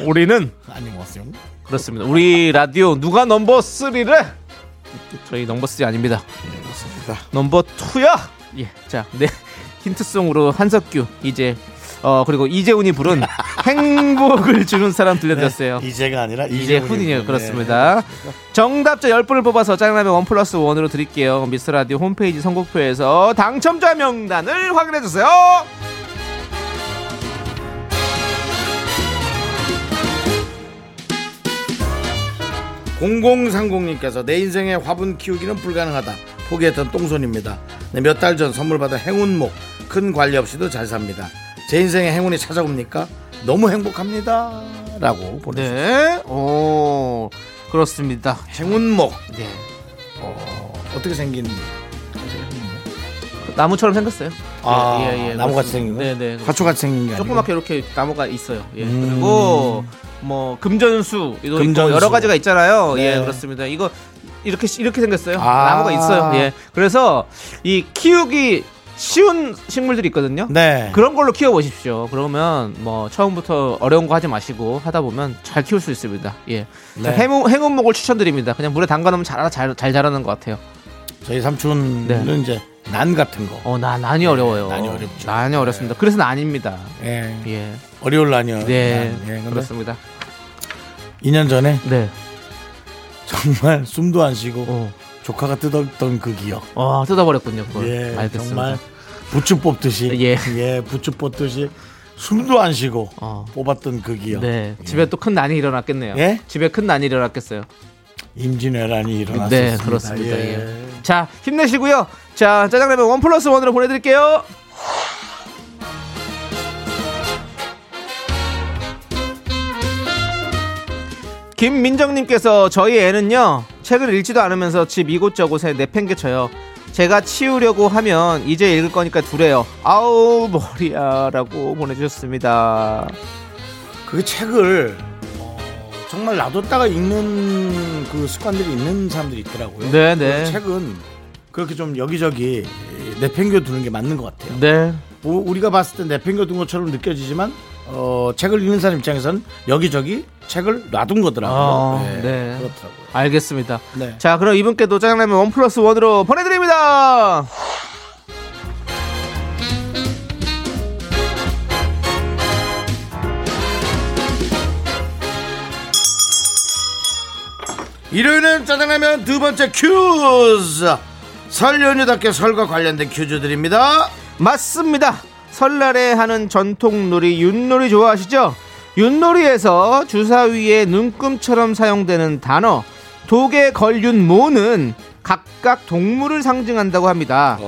Speaker 2: 우리는
Speaker 1: 안녕하세요.
Speaker 2: 그렇습니다. 우리 라디오 누가 넘버 3를? 저희 넘버 3 아닙니다. 넘버 2야. 예. 자, 네. 힌트송으로 한석규 이제 어 그리고 이재훈이 부른 행복을 주는 사람 들려드렸어요.
Speaker 1: 네. 이제가 아니라
Speaker 2: 네. 이제
Speaker 1: 이재훈이
Speaker 2: 훈이네요.
Speaker 1: 있군요.
Speaker 2: 그렇습니다. 정답자 10분을 뽑아서 짜장라면 원 플러스 원으로 드릴게요. 미스라디오 홈페이지 선곡표에서 당첨자 명단을 확인해주세요.
Speaker 1: 네. 0030님께서 내 인생의 화분 키우기는 불가능하다. 포기했던 똥손입니다. 네, 몇 달 전 선물 받은 행운목 큰 관리 없이도 잘 삽니다. 제 인생에 행운이 찾아옵니까? 너무 행복합니다.라고 보내. 요
Speaker 2: 네. 오. 그렇습니다.
Speaker 1: 행운목
Speaker 2: 네.
Speaker 1: 어떻게 생긴?
Speaker 2: 나무처럼 생겼어요. 예,
Speaker 1: 아, 나무같이 생긴 거?
Speaker 2: 네네.
Speaker 1: 화초같이 생긴 게 아니고. 음.
Speaker 2: 조그맣게 이렇게 나무가 있어요. 예. 그리고 뭐 금전수 이거
Speaker 1: 금전수.
Speaker 2: 있고 여러 가지가 있잖아요.
Speaker 1: 네.
Speaker 2: 예, 그렇습니다. 이거 이렇게 이렇게 생겼어요.
Speaker 1: 아.
Speaker 2: 나무가 있어요. 예. 그래서 이 키우기 쉬운 식물들이 있거든요.
Speaker 1: 네.
Speaker 2: 그런 걸로 키워 보십시오. 그러면 뭐 처음부터 어려운 거 하지 마시고 하다 보면 잘 키울 수 있습니다. 예.
Speaker 1: 네.
Speaker 2: 자, 행운, 행운목을 추천드립니다. 그냥 물에 담가 놓으면 잘, 잘, 잘 자라는 것 같아요.
Speaker 1: 저희 삼촌은
Speaker 2: 네.
Speaker 1: 이제 난 같은 거.
Speaker 2: 어, 나, 난이 어려워요.
Speaker 1: 네, 난이 어렵죠.
Speaker 2: 난이 어렵습니다. 그래서 난입니다.
Speaker 1: 예.
Speaker 2: 예.
Speaker 1: 어려울 난이요.
Speaker 2: 네.
Speaker 1: 난. 예. 근데
Speaker 2: 그렇습니다.
Speaker 1: 2년 전에
Speaker 2: 네.
Speaker 1: 정말 숨도 안 쉬고
Speaker 2: 어.
Speaker 1: 조카가 뜯었던 그 기억.
Speaker 2: 어, 뜯어버렸군요. 그걸.
Speaker 1: 예,
Speaker 2: 알겠습니다.
Speaker 1: 정말 부츠 뽑듯이
Speaker 2: 예.
Speaker 1: 예, 부츠 뽑듯이 숨도 안 쉬고
Speaker 2: 어.
Speaker 1: 뽑았던 그 기억.
Speaker 2: 네. 집에 또 큰 난이 일어났겠네요.
Speaker 1: 예?
Speaker 2: 집에 큰 난이 일어났겠어요.
Speaker 1: 임진왜란이 일어났었습니다.
Speaker 2: 네, 그렇습니다. 예. 자, 힘내시고요. 자, 짜장라면 원 플러스 원으로 보내드릴게요. 김민정님께서 저희 애는요 책을 읽지도 않으면서 집 이곳저곳에 내팽개쳐요. 제가 치우려고 하면 이제 읽을 거니까 두래요. 아우 머리야라고 보내주셨습니다.
Speaker 1: 그 책을 어, 정말 놔뒀다가 읽는 그 습관들이 있는 사람들이 있더라고요.
Speaker 2: 네, 네.
Speaker 1: 그 책은 그렇게 좀 여기저기 내팽겨 두는 게 맞는 것 같아요.
Speaker 2: 네,
Speaker 1: 뭐 우리가 봤을 때 내팽겨 둔 것처럼 느껴지지만 어, 책을 읽는 사람 입장에서는 여기저기 책을 놔둔 거더라고요.
Speaker 2: 아,
Speaker 1: 예,
Speaker 2: 네.
Speaker 1: 그렇더라고요.
Speaker 2: 알겠습니다.
Speaker 1: 네.
Speaker 2: 자, 그럼 이분께도 짜장라면 원 플러스 원으로 보내드립니다.
Speaker 1: 일요일은 짜장라면 두 번째 퀴즈 설 연휴답게 설과 관련된 퀴즈 드립니다
Speaker 2: 맞습니다. 설날에 하는 전통놀이 윷놀이 좋아하시죠? 윷놀이에서 주사위에 눈금처럼 사용되는 단어 독에 걸린 모는 각각 동물을 상징한다고 합니다.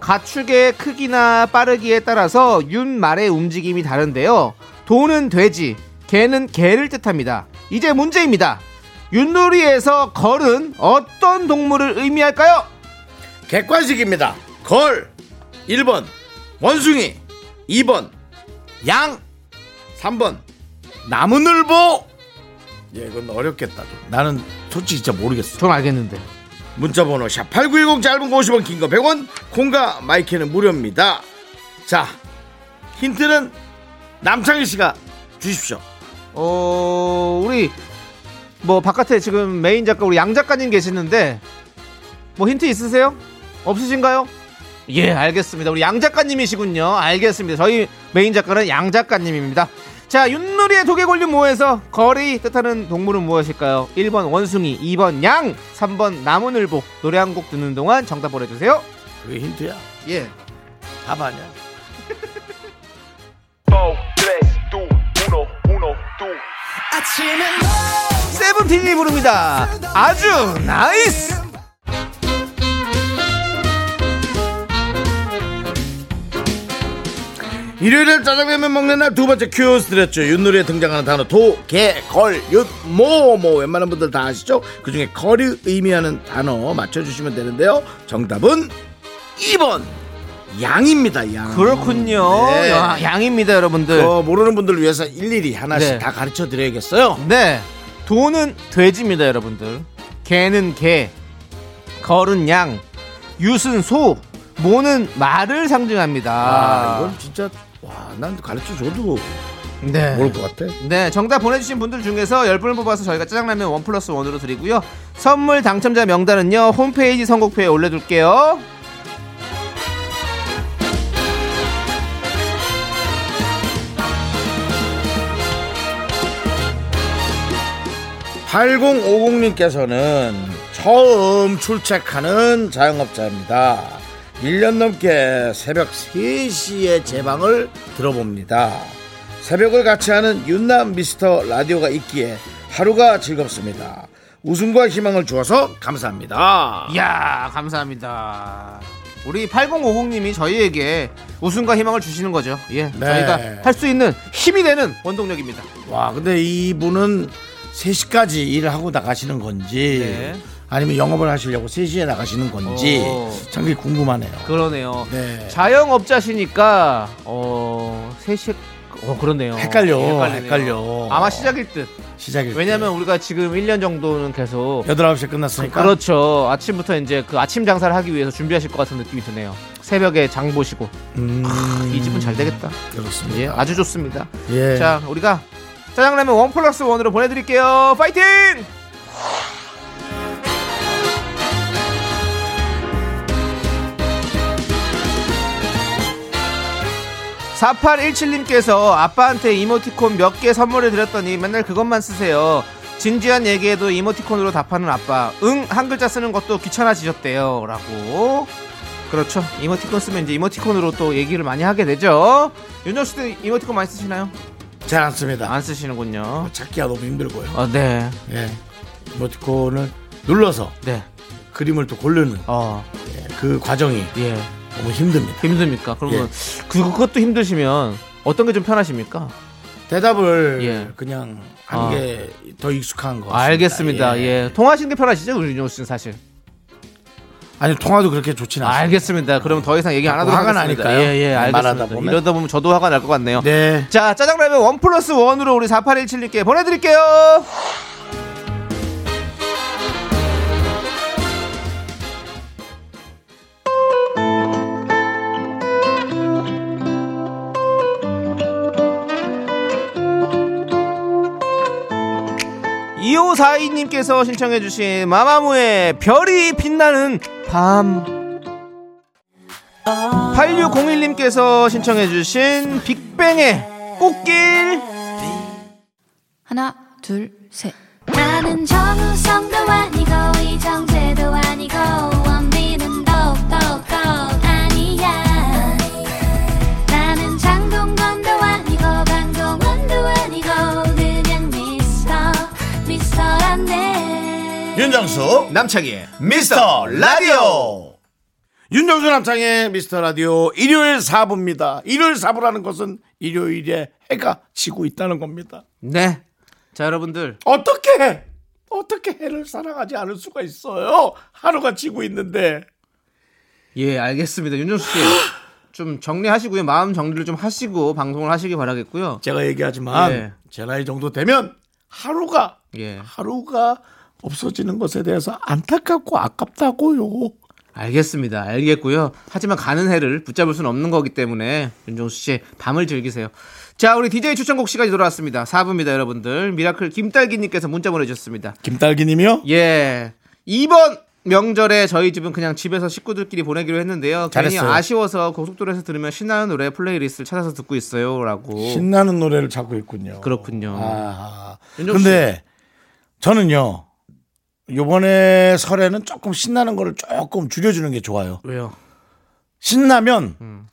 Speaker 2: 가축의 크기나 빠르기에 따라서 윷말의 움직임이 다른데요. 도는 돼지, 개는 개를 뜻합니다. 이제 문제입니다. 윷놀이에서 걸은 어떤 동물을 의미할까요?
Speaker 1: 객관식입니다 걸 1번 원숭이 2번 양 3번 나무늘보 예 이건 어렵겠다 좀. 나는 솔직히 진짜 모르겠어
Speaker 2: 전 알겠는데.
Speaker 1: 문자번호 샵 8910 짧은 거 50원 긴 거 100원 콩과 마이크는 무료입니다 자 힌트는 남창희 씨가 주십시오
Speaker 2: 어 우리 뭐 바깥에 지금 메인 작가 우리 양 작가님 계시는데 뭐 힌트 있으세요? 없으신가요? 예 알겠습니다 우리 양 작가님이시군요 알겠습니다 저희 메인 작가는 양 작가님입니다 자 윷놀이의 독에 걸린 모에서 거리 뜻하는 동물은 무엇일까요? 1번 원숭이 2번 양 3번 나무늘보 노래 한 곡 듣는 동안 정답 보내주세요
Speaker 1: 그게 힌트야
Speaker 2: 예
Speaker 1: 답 아니야
Speaker 2: 세븐틴이 부릅니다 아주 나이스
Speaker 1: 일요일에 짜장라면 먹는 날 두 번째 큐스 드렸죠. 윷놀이에 등장하는 단어 도, 개, 걸, 윷, 모, 뭐 웬만한 분들 다 아시죠? 그중에 걸이 의미하는 단어 맞춰주시면 되는데요. 정답은 2번 양입니다. 양.
Speaker 2: 그렇군요.
Speaker 1: 네.
Speaker 2: 야, 양입니다, 여러분들.
Speaker 1: 어, 모르는 분들을 위해서 일일이 하나씩
Speaker 2: 네.
Speaker 1: 다 가르쳐 드려야겠어요.
Speaker 2: 네. 도는 돼지입니다, 여러분들. 개는 개, 걸은 양, 윷은 소, 모는 말을 상징합니다.
Speaker 1: 아, 이건 진짜 와, 난 가르쳐 줘도
Speaker 2: 네.
Speaker 1: 모를 것 같아.
Speaker 2: 네, 정답 보내주신 분들 중에서 10분을 뽑아서 저희가 짜장라면 원 플러스 원으로 드리고요. 선물 당첨자 명단은요, 홈페이지 선곡표에 올려둘게요.
Speaker 1: 팔0 5 0님께서는 처음 출첵하는 자영업자입니다. 1년 넘게 새벽 3시에 제 방을 들어봅니다. 새벽을 같이 하는 윤남 미스터 라디오가 있기에 하루가 즐겁습니다. 웃음과 희망을 주어서
Speaker 2: 아.
Speaker 1: 감사합니다.
Speaker 2: 이야, 감사합니다. 우리 8050님이 저희에게 웃음과 희망을 주시는 거죠. 예,
Speaker 1: 네.
Speaker 2: 저희가 할 수 있는 힘이 되는 원동력입니다.
Speaker 1: 와, 근데 이분은 3시까지 일을 하고 나가시는 건지
Speaker 2: 네.
Speaker 1: 아니면 영업을 하시려고 3시에 나가시는 건지
Speaker 2: 오.
Speaker 1: 참 그게 궁금하네요.
Speaker 2: 어. 그러네요.
Speaker 1: 네.
Speaker 2: 자영업자시니까 어 3시 어 그렇네요.
Speaker 1: 헷갈려,
Speaker 2: 헷갈리네요.
Speaker 1: 헷갈려.
Speaker 2: 아마 시작일 듯.
Speaker 1: 시작일
Speaker 2: 왜냐면 우리가 지금 1년 정도는 계속
Speaker 1: 8시에 끝났으니까
Speaker 2: 그렇죠. 아침부터 이제 그 아침 장사를 하기 위해서 준비하실 것 같은 느낌이 드네요. 새벽에 장 보시고 아, 이 집은 잘 되겠다.
Speaker 1: 음, 그렇습니다.
Speaker 2: 예, 아주 좋습니다.
Speaker 1: 예.
Speaker 2: 자, 우리가 짜장라면 원 플러스 원으로 보내드릴게요. 파이팅! 4817님께서 아빠한테 이모티콘 몇 개 선물해 드렸더니 맨날 그것만 쓰세요. 진지한 얘기에도 이모티콘으로 답하는 아빠. 응, 한 글자 쓰는 것도 귀찮아지셨대요. 라고. 그렇죠. 이모티콘 쓰면 이제 이모티콘으로 또 얘기를 많이 하게 되죠. 윤정 씨도 이모티콘 많이 쓰시나요?
Speaker 1: 잘 안 씁니다. 어,
Speaker 2: 안 쓰시는군요.
Speaker 1: 찾기가 너무 힘들고요.
Speaker 2: 어, 네.
Speaker 1: 예. 모티콘을 눌러서
Speaker 2: 네.
Speaker 1: 그림을 또 고르는
Speaker 2: 어,
Speaker 1: 예, 그 과정이
Speaker 2: 예.
Speaker 1: 너무 힘듭니다.
Speaker 2: 힘듭니까?
Speaker 1: 예.
Speaker 2: 그러면 그- 그것도 힘드시면 어떤 게 좀 편하십니까?
Speaker 1: 대답을
Speaker 2: 예.
Speaker 1: 그냥
Speaker 2: 아.
Speaker 1: 하는 게 더 익숙한 것 같습니다.
Speaker 2: 알겠습니다. 예. 통화하시는 게 편하시죠? 우리 윤정 씨는 사실.
Speaker 1: 아니 통화도 그렇게 좋진 않습니다.
Speaker 2: 알겠습니다. 그럼 더 이상 얘기 안 하도록
Speaker 1: 화가
Speaker 2: 하겠습니다.
Speaker 1: 나니까요.
Speaker 2: 예, 예, 알겠습니다.
Speaker 1: 말하다 보면.
Speaker 2: 이러다 보면 저도 화가 날 것 같네요.
Speaker 1: 네.
Speaker 2: 자, 짜장라면 원 플러스 원으로 우리 4817님께 보내드릴게요. (2542님께서) 신청해주신 마마무의 별이 빛나는 밤 8601님께서 신청해주신 빅뱅의 꽃길
Speaker 6: 하나, 둘, 셋.
Speaker 3: 나는 정우성도 아니고 이정재도 아니고 원빈은 더욱더 아니야 나는 장동건도 아니고 강동원도 아니고 그냥 미스터 미스터란데
Speaker 4: 윤정수
Speaker 2: 남창희의
Speaker 4: 미스터 라디오
Speaker 1: 윤정수 남창의 미스터 라디오 일요일 사부입니다. 일요일 사부라는 것은 일요일에 해가 지고 있다는 겁니다.
Speaker 2: 네. 자 여러분들
Speaker 1: 어떻게 해? 어떻게 해를 사랑하지 않을 수가 있어요? 하루가 지고 있는데
Speaker 2: 예 알겠습니다 윤정수 씨좀 정리하시고요 마음 정리를 좀 하시고 방송을 하시기 바라겠고요
Speaker 1: 제가 얘기하지만
Speaker 2: 예.
Speaker 1: 제 나이 정도 되면 하루가
Speaker 2: 예
Speaker 1: 하루가 없어지는 것에 대해서 안타깝고 아깝다고요.
Speaker 2: 알겠습니다 알겠고요 하지만 가는 해를 붙잡을 수는 없는 거기 때문에 윤정수 씨 밤을 즐기세요 자 우리 DJ 추천곡 시간이 돌아왔습니다 4부입니다 여러분들 미라클 김딸기님께서 문자 보내주셨습니다
Speaker 1: 김딸기님이요?
Speaker 2: 예. 이번 명절에 저희 집은 그냥 집에서 식구들끼리 보내기로 했는데요. 괜히
Speaker 1: 잘했어요.
Speaker 2: 아쉬워서 고속도로에서 들으면 신나는 노래 플레이리스트를 찾아서 듣고 있어요라고.
Speaker 1: 신나는 노래를 찾고 있군요.
Speaker 2: 그렇군요.
Speaker 1: 아,
Speaker 2: 윤정수 씨.
Speaker 1: 근데 저는요. 요번에 설에는 조금 신나는 거를 조금 줄여주는 게 좋아요.
Speaker 2: 왜요?
Speaker 1: 신나면
Speaker 2: 음.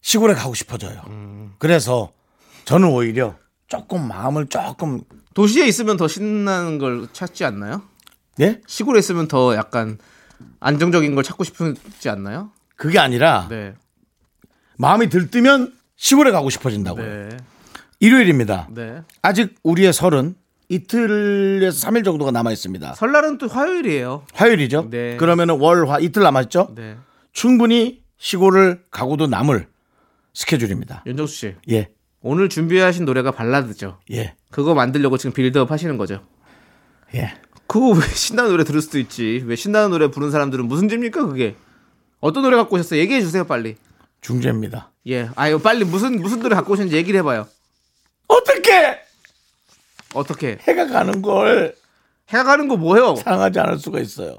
Speaker 1: 시골에 가고 싶어져요. 그래서 저는 오히려 조금 마음을 조금
Speaker 2: 도시에 있으면 더 신나는 걸 찾지 않나요?
Speaker 1: 예
Speaker 2: 시골에 있으면 더 약간 안정적인 걸 찾고 싶지 않나요?
Speaker 1: 그게 아니라
Speaker 2: 네.
Speaker 1: 마음이 들뜨면 시골에 가고 싶어진다고요.
Speaker 2: 네.
Speaker 1: 일요일입니다.
Speaker 2: 네.
Speaker 1: 아직 우리의 설은 이틀에서 삼일 정도가 남아 있습니다.
Speaker 2: 설날은 또 화요일이에요.
Speaker 1: 화요일이죠.
Speaker 2: 네.
Speaker 1: 그러면 월화 이틀 남았죠.
Speaker 2: 네.
Speaker 1: 충분히 시골을 가고도 남을 스케줄입니다.
Speaker 2: 윤정수 씨.
Speaker 1: 예,
Speaker 2: 오늘 준비하신 노래가 발라드죠.
Speaker 1: 예,
Speaker 2: 그거 만들려고 지금 빌드업 하시는 거죠.
Speaker 1: 예.
Speaker 2: 그거 왜 신나는 노래 들을 수도 있지. 왜 신나는 노래 부른 사람들은 무슨 죄입니까 그게? 어떤 노래 갖고 오셨어요? 얘기해 주세요 빨리.
Speaker 1: 중재입니다.
Speaker 2: 예, 아유 빨리 무슨 무슨 노래 갖고 오셨는지 얘기를 해봐요.
Speaker 1: 어떻게
Speaker 2: 어떻게
Speaker 1: 해가 가는 걸
Speaker 2: 해가는 거 뭐예요?
Speaker 1: 사랑하지 않을 수가 있어요.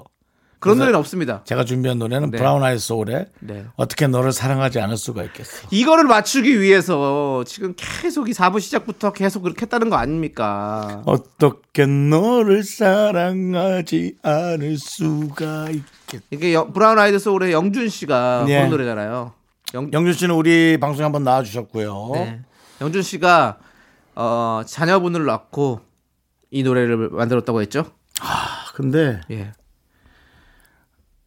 Speaker 2: 그런 노래는 없습니다.
Speaker 1: 제가 준비한 노래는
Speaker 2: 네.
Speaker 1: 브라운 아이 소울의
Speaker 2: 네.
Speaker 1: 어떻게 너를 사랑하지 않을 수가 있겠어.
Speaker 2: 이거를 맞추기 위해서 지금 계속 이 4부 시작부터 계속 그렇게 했다는 거 아닙니까?
Speaker 1: 어떻게 너를 사랑하지 않을 수가 있겠어.
Speaker 2: 이게 여- 브라운 아이드 소울의 영준 씨가
Speaker 1: 예.
Speaker 2: 부른 노래잖아요. 네. 영,
Speaker 1: 영준 씨는 우리 방송에 한번 나와주셨고요.
Speaker 2: 네. 영준 씨가 어, 자녀분을 낳고 이 노래를 만들었다고 했죠?
Speaker 1: 아, 근데
Speaker 2: 예.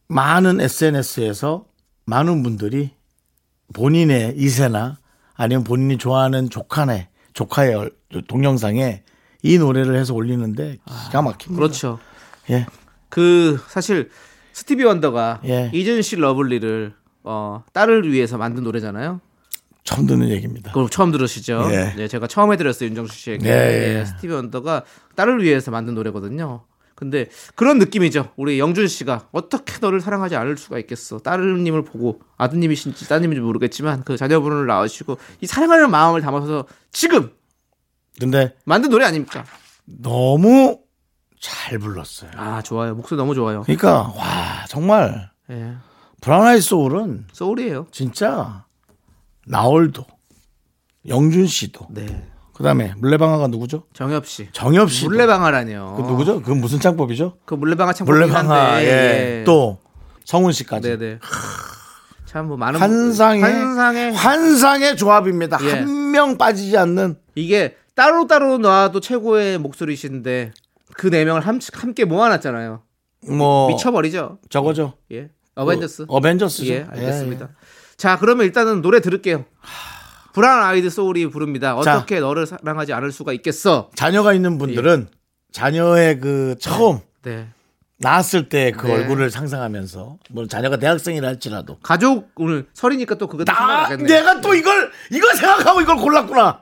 Speaker 1: 많은 SNS에서 많은 분들이 본인의 이세나 아니면 본인이 좋아하는 조카네 조카의 얼- 동영상에 이 노래를 해서 올리는데 기가 막힙니다.
Speaker 2: 그렇죠.
Speaker 1: 예.
Speaker 2: 그 사실 스티비 원더가
Speaker 1: 예.
Speaker 2: 이준 씨 러블리를 어, 딸을 위해서 만든 노래잖아요.
Speaker 1: 처음 듣는 얘기입니다.
Speaker 2: 그럼 처음 들으시죠?
Speaker 1: 예.
Speaker 2: 네, 제가 처음 해드렸어요 윤정수 씨에게.
Speaker 1: 예, 예.
Speaker 2: 예, 스티비 원더가 딸을 위해서 만든 노래거든요. 근데 그런 느낌이죠. 우리 영준 씨가 어떻게 너를 사랑하지 않을 수가 있겠어. 딸님을 보고 아드님이신지 따님인지 모르겠지만 그 자녀분을 낳으시고 이 사랑하는 마음을 담아서 지금
Speaker 1: 근데
Speaker 2: 만든 노래 아닙니까?
Speaker 1: 너무 잘 불렀어요.
Speaker 2: 아 좋아요. 목소리 너무 좋아요.
Speaker 1: 그러니까 와 정말
Speaker 2: 예,
Speaker 1: 브라운 아이 소울은
Speaker 2: 소울이에요.
Speaker 1: 진짜 나월도 영준 씨도.
Speaker 2: 네.
Speaker 1: 그다음에 물레방아가 누구죠?
Speaker 2: 정엽 씨.
Speaker 1: 정엽 씨.
Speaker 2: 물레방아라니요.
Speaker 1: 그 누구죠? 그 무슨 창법이죠?
Speaker 2: 그 물레방아 참
Speaker 1: 물레방아.
Speaker 2: 보긴 한데,
Speaker 1: 예. 또 성훈 씨까지.
Speaker 2: 네네. 참 뭐 많은
Speaker 1: 환상의
Speaker 2: 환상의
Speaker 1: 환상의 조합입니다.
Speaker 2: 예.
Speaker 1: 한 명 빠지지 않는
Speaker 2: 이게 따로 따로 놔도 최고의 목소리신데 그 네 명을 함, 함께 모아놨잖아요.
Speaker 1: 뭐
Speaker 2: 미쳐버리죠.
Speaker 1: 저거죠.
Speaker 2: 예. 어벤져스.
Speaker 1: 어, 어벤져스죠.
Speaker 2: 예, 알겠습니다. 자, 그러면 일단은 노래 들을게요. 불안한 아이들 소울이 부릅니다.
Speaker 1: 자.
Speaker 2: 어떻게 너를 사랑하지 않을 수가 있겠어?
Speaker 1: 자녀가 있는 분들은 자녀의 그 처음
Speaker 2: 네.
Speaker 1: 낳았을 때 그
Speaker 2: 네.
Speaker 1: 얼굴을 상상하면서 뭐 자녀가 대학생이라 할지라도
Speaker 2: 가족 오늘 설이니까 또 그것도
Speaker 1: 나
Speaker 2: 생각나겠네.
Speaker 1: 내가 또 이걸 이걸 생각하고 이걸 골랐구나.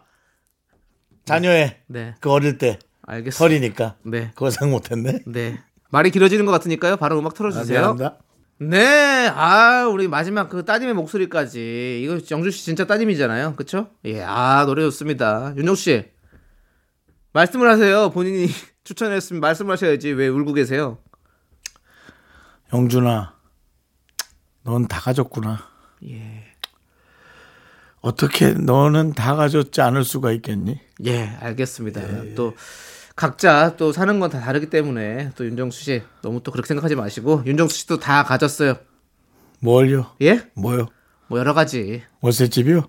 Speaker 1: 자녀의
Speaker 2: 네.
Speaker 1: 그 어릴 때
Speaker 2: 알겠습니다.
Speaker 1: 설이니까
Speaker 2: 네.
Speaker 1: 그거 생각 못했네.
Speaker 2: 네. 말이 길어지는 것 같으니까요. 바로 음악 틀어
Speaker 1: 아,
Speaker 2: 주세요.
Speaker 1: 미안합니다.
Speaker 2: 네, 아 우리 마지막 그 따님의 목소리까지 이거 영주 씨 진짜 따님이잖아요, 그렇죠? 예, 아 노래 좋습니다. 윤정 씨 말씀을 하세요. 본인이 추천했으면 말씀하셔야지 왜 울고 계세요?
Speaker 1: 영준아, 넌 다 가졌구나. 어떻게 너는 다 가졌지 않을 수가 있겠니?
Speaker 2: 예, 알겠습니다.
Speaker 1: 예.
Speaker 2: 또 각자 또 사는 건 다 다르기 때문에 또 윤정수 씨 너무 또 그렇게 생각하지 마시고 윤정수 씨도 다 가졌어요.
Speaker 1: 뭘요?
Speaker 2: 예,
Speaker 1: 뭐요?
Speaker 2: 뭐 여러 가지.
Speaker 1: 월세집이요?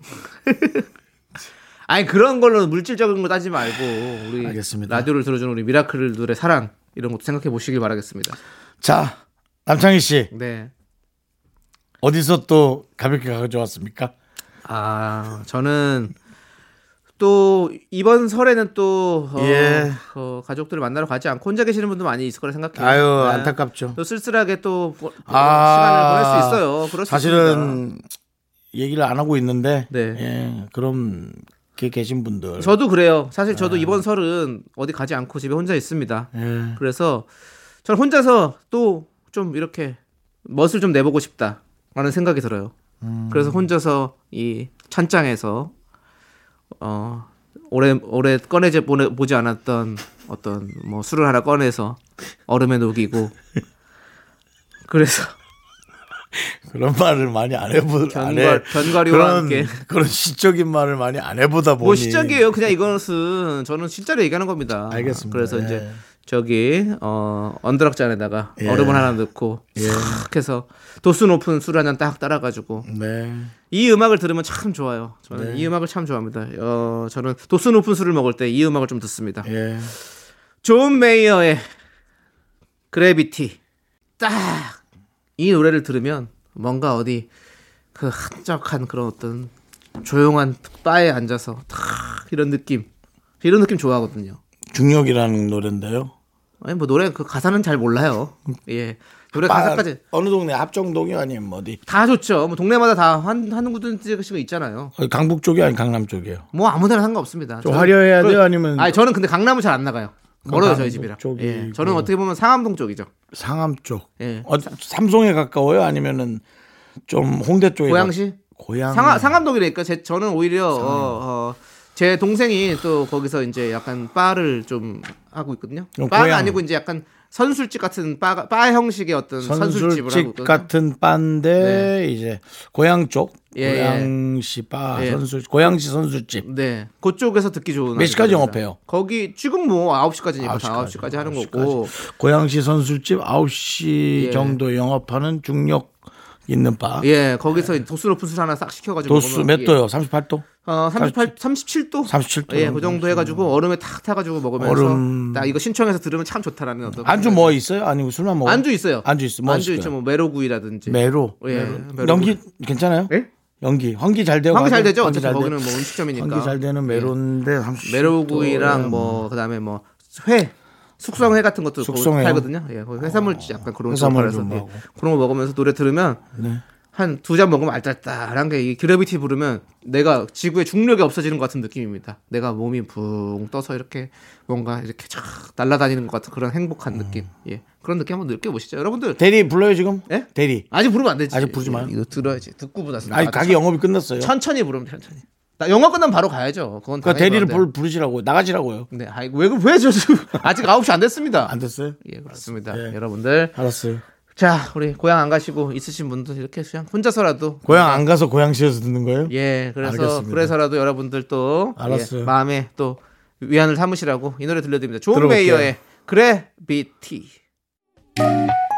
Speaker 2: 아니 그런 걸로 물질적인 거 따지 말고 우리
Speaker 1: 알겠습니다.
Speaker 2: 라디오를 들어준 우리 미라클들의 사랑 이런 것도 생각해 보시길 바라겠습니다.
Speaker 1: 자, 남창희 씨
Speaker 2: 네.
Speaker 1: 어디서 또 가볍게 가져왔습니까?
Speaker 2: 아, 저는 또 이번 설에는 또 어,
Speaker 1: 예.
Speaker 2: 어, 가족들을 만나러 가지 않고 혼자 계시는 분도 많이 있을 거라 생각해요.
Speaker 1: 아유
Speaker 2: 네.
Speaker 1: 안타깝죠.
Speaker 2: 또 쓸쓸하게 또 보-
Speaker 1: 아,
Speaker 2: 시간을 보낼 수 있어요. 그럴 수 있습니다.
Speaker 1: 사실은 얘기를 안 하고 있는데
Speaker 2: 네.
Speaker 1: 예, 그럼 게 계신 분들
Speaker 2: 저도 그래요. 사실 저도
Speaker 1: 네.
Speaker 2: 이번 설은 어디 가지 않고 집에 혼자 있습니다.
Speaker 1: 예,
Speaker 2: 그래서 저는 혼자서 또 좀 이렇게 멋을 좀 내보고 싶다라는 생각이 들어요.
Speaker 1: 음.
Speaker 2: 그래서 혼자서 이 찬장에서 어 오래 오래 꺼내지 보내 보지 않았던 어떤 뭐 술을 하나 꺼내서 얼음에 녹이고 그래서
Speaker 1: 그런 말을 많이 안 해보 안 해.
Speaker 2: 견과- 견과류와
Speaker 1: 그런
Speaker 2: 함께.
Speaker 1: 그런 시적인 말을 많이 안 해보다 보니
Speaker 2: 뭐 시작이에요. 그냥 이것은 저는 진짜로 얘기하는 겁니다.
Speaker 1: 알겠습니다.
Speaker 2: 그래서
Speaker 1: 예.
Speaker 2: 이제 저기 어 언더락지 안에다가
Speaker 1: 예.
Speaker 2: 얼음을 하나 넣고 싹 해서 도수 높은 술 한 잔 딱 따라가지고
Speaker 1: 네.
Speaker 2: 이 음악을 들으면 참 좋아요. 저는 이 음악을 참 좋아합니다. 어 저는 도수 높은 술을 먹을 때 이 음악을 좀 듣습니다.
Speaker 1: 예.
Speaker 2: 존 메이어의 그래비티 딱 이 노래를 들으면 뭔가 어디 그 한적한 그런 어떤 조용한 바에 앉아서 탁 이런 느낌 이런 느낌 좋아하거든요.
Speaker 1: 중력이라는 노래인데요.
Speaker 2: 아니 뭐 노래 그 가사는 잘 몰라요. 예 노래
Speaker 1: 바-
Speaker 2: 가사까지
Speaker 1: 어느 동네 합정동이 아니면 어디
Speaker 2: 다 좋죠. 뭐 동네마다 다한 하는 구든지가 있잖아요.
Speaker 1: 어, 강북 쪽이 아니면 강남 쪽이에요.
Speaker 2: 뭐 아무데나 상관없습니다.
Speaker 1: 좀
Speaker 2: 저는-
Speaker 1: 화려해야
Speaker 2: 그럼-
Speaker 1: 돼요? 아니면
Speaker 2: 아니 저는 근데 강남은 잘 안 나가요. 멀어요 저희
Speaker 1: 강북
Speaker 2: 집이랑.
Speaker 1: 쪽이
Speaker 2: 예,
Speaker 1: 그-
Speaker 2: 저는 어떻게 보면 상암동 쪽이죠.
Speaker 1: 상암 쪽.
Speaker 2: 예.
Speaker 1: 어, 삼송에 가까워요? 아니면은 좀 홍대 쪽에
Speaker 2: 고양시?
Speaker 1: 가- 고양
Speaker 2: 상암, 상암동이라니까 제, 저는 오히려 어, 어, 제 동생이 또 거기서 이제 약간 바를 좀 하고 있거든요.
Speaker 1: 그럼
Speaker 2: 바가
Speaker 1: 어, 고향.
Speaker 2: 아니고 이제 약간 선술집 같은 바, 바 형식의 어떤 선술집을 하고
Speaker 1: 선술집
Speaker 2: 있거든요.
Speaker 1: 같은 바인데 이제 고향 쪽
Speaker 2: 네. 예,
Speaker 1: 고양시 바
Speaker 2: 예.
Speaker 1: 선술 고양시 선술집
Speaker 2: 네. 그쪽에서 듣기 좋은
Speaker 1: 몇 시까지
Speaker 2: 아이들입니다.
Speaker 1: 영업해요?
Speaker 2: 거기 지금 뭐 9시까지니까
Speaker 1: 9시 까지,
Speaker 2: 9시까지, 9시까지 하는
Speaker 1: 9시
Speaker 2: 거고.
Speaker 1: 고양시 선술집 9시
Speaker 2: 예.
Speaker 1: 정도 영업하는 중력 있는 바
Speaker 2: 예, 거기서 도수 높은 술 하나 싹 시켜 가지고
Speaker 1: 네. 도수 몇 도요? 38도?
Speaker 2: 어, 38, 37도?
Speaker 1: 37 도.
Speaker 2: 예, 그 정도 해가지고 얼음에 탁 타가지고 먹으면서
Speaker 1: 얼음.
Speaker 2: 딱 이거 신청해서 들으면 참 좋다라는 어떤 그
Speaker 1: 안주 뭐 있어요? 아니면 술만 먹어?
Speaker 2: 안주 있어요.
Speaker 1: 안주 있어. 뭐
Speaker 2: 안주
Speaker 1: 있을까요?
Speaker 2: 있죠. 뭐 메로구이라든지.
Speaker 1: 매로.
Speaker 2: 예,
Speaker 1: 매로.
Speaker 2: 매로.
Speaker 1: 연기 괜찮아요?
Speaker 2: 예?
Speaker 1: 연기 환기 잘 되고
Speaker 2: 환기 잘
Speaker 1: 아주-
Speaker 2: 되죠.
Speaker 1: 환기
Speaker 2: 어차피
Speaker 1: 잘
Speaker 2: 거기는
Speaker 1: 돼.
Speaker 2: 뭐 음식점이니까.
Speaker 1: 환기 잘 되는 메론데 30
Speaker 2: 예. 메로구이랑 뭐 그다음에 뭐 회 숙성회 같은 것도 거기
Speaker 1: 숙성회요? 어.
Speaker 2: 팔거든요. 예, 거기 해산물 약간 그런 거
Speaker 1: 해산물
Speaker 2: 팔아서
Speaker 1: 좀
Speaker 2: 예.
Speaker 1: 하고. 네.
Speaker 2: 그런 거 먹으면서 노래 들으면 한 두 잔 먹으면 알딸딸한 게 이 그래비티 부르면 내가 지구의 중력이 없어지는 것 같은 느낌입니다. 내가 몸이 붕 떠서 이렇게 뭔가 이렇게 쫙 날아다니는 것 같은 그런
Speaker 1: 음.
Speaker 2: 행복한 느낌. 예, 그런 느낌 한번 느껴보시죠, 여러분들.
Speaker 1: 대리 불러요 지금?
Speaker 2: 예?
Speaker 1: 대리.
Speaker 2: 아직 부르면 안 되지.
Speaker 1: 아직 부르지 마요.
Speaker 2: 예, 이거 들어야지. 듣고 보다.
Speaker 1: 아니
Speaker 2: 아,
Speaker 1: 가게 영업이 끝났어요.
Speaker 2: 천천히 부르면 돼, 천천히. 나 영화 끝나면 바로 가야죠. 그건
Speaker 1: 그러니까
Speaker 2: 당연히
Speaker 1: 대리를
Speaker 2: 그런데.
Speaker 1: 불, 부르시라고 나가시라고요.
Speaker 2: 네, 아이고 왜, 그- 왜 저, 저 아직 9시 안 됐습니다.
Speaker 1: 안 됐어요?
Speaker 2: 예, 그렇습니다.
Speaker 1: 예.
Speaker 2: 여러분들
Speaker 1: 알았어요.
Speaker 2: 자, 우리 고향 안 가시고 있으신 분들 이렇게 그냥 혼자서라도
Speaker 1: 고향 안 가서 고향시에서 듣는 거예요?
Speaker 2: 예, 그래서
Speaker 1: 알겠습니다.
Speaker 2: 그래서라도 여러분들 또
Speaker 1: 알았어요.
Speaker 2: 예, 마음에 또 위안을 삼으시라고 이 노래 들려드립니다. 존
Speaker 1: 들어볼게요.
Speaker 2: 메이어의 그래 비티.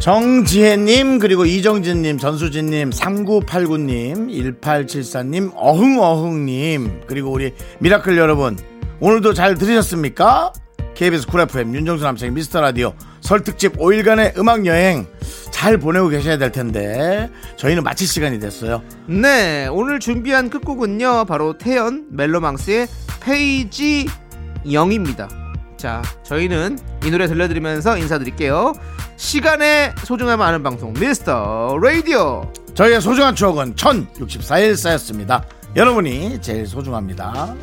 Speaker 1: 정지혜님 그리고 이정진님 전수진님 3989님 1874님 어흥어흥님 그리고 우리 미라클 여러분 오늘도 잘 들으셨습니까? KBS 쿨 FM 윤정수 남창의 미스터라디오 설특집 5일간의 음악여행 잘 보내고 계셔야 될 텐데 저희는 마칠 시간이 됐어요
Speaker 2: 네 오늘 준비한 끝곡은요 바로 태연 멜로망스의 페이지 0입니다 자 저희는 이 노래 들려드리면서 인사드릴게요 시간의 소중함을 아는 방송 미스터 라디오
Speaker 1: 저희의 소중한 추억은 1064일 쌓였습니다 여러분이 제일 소중합니다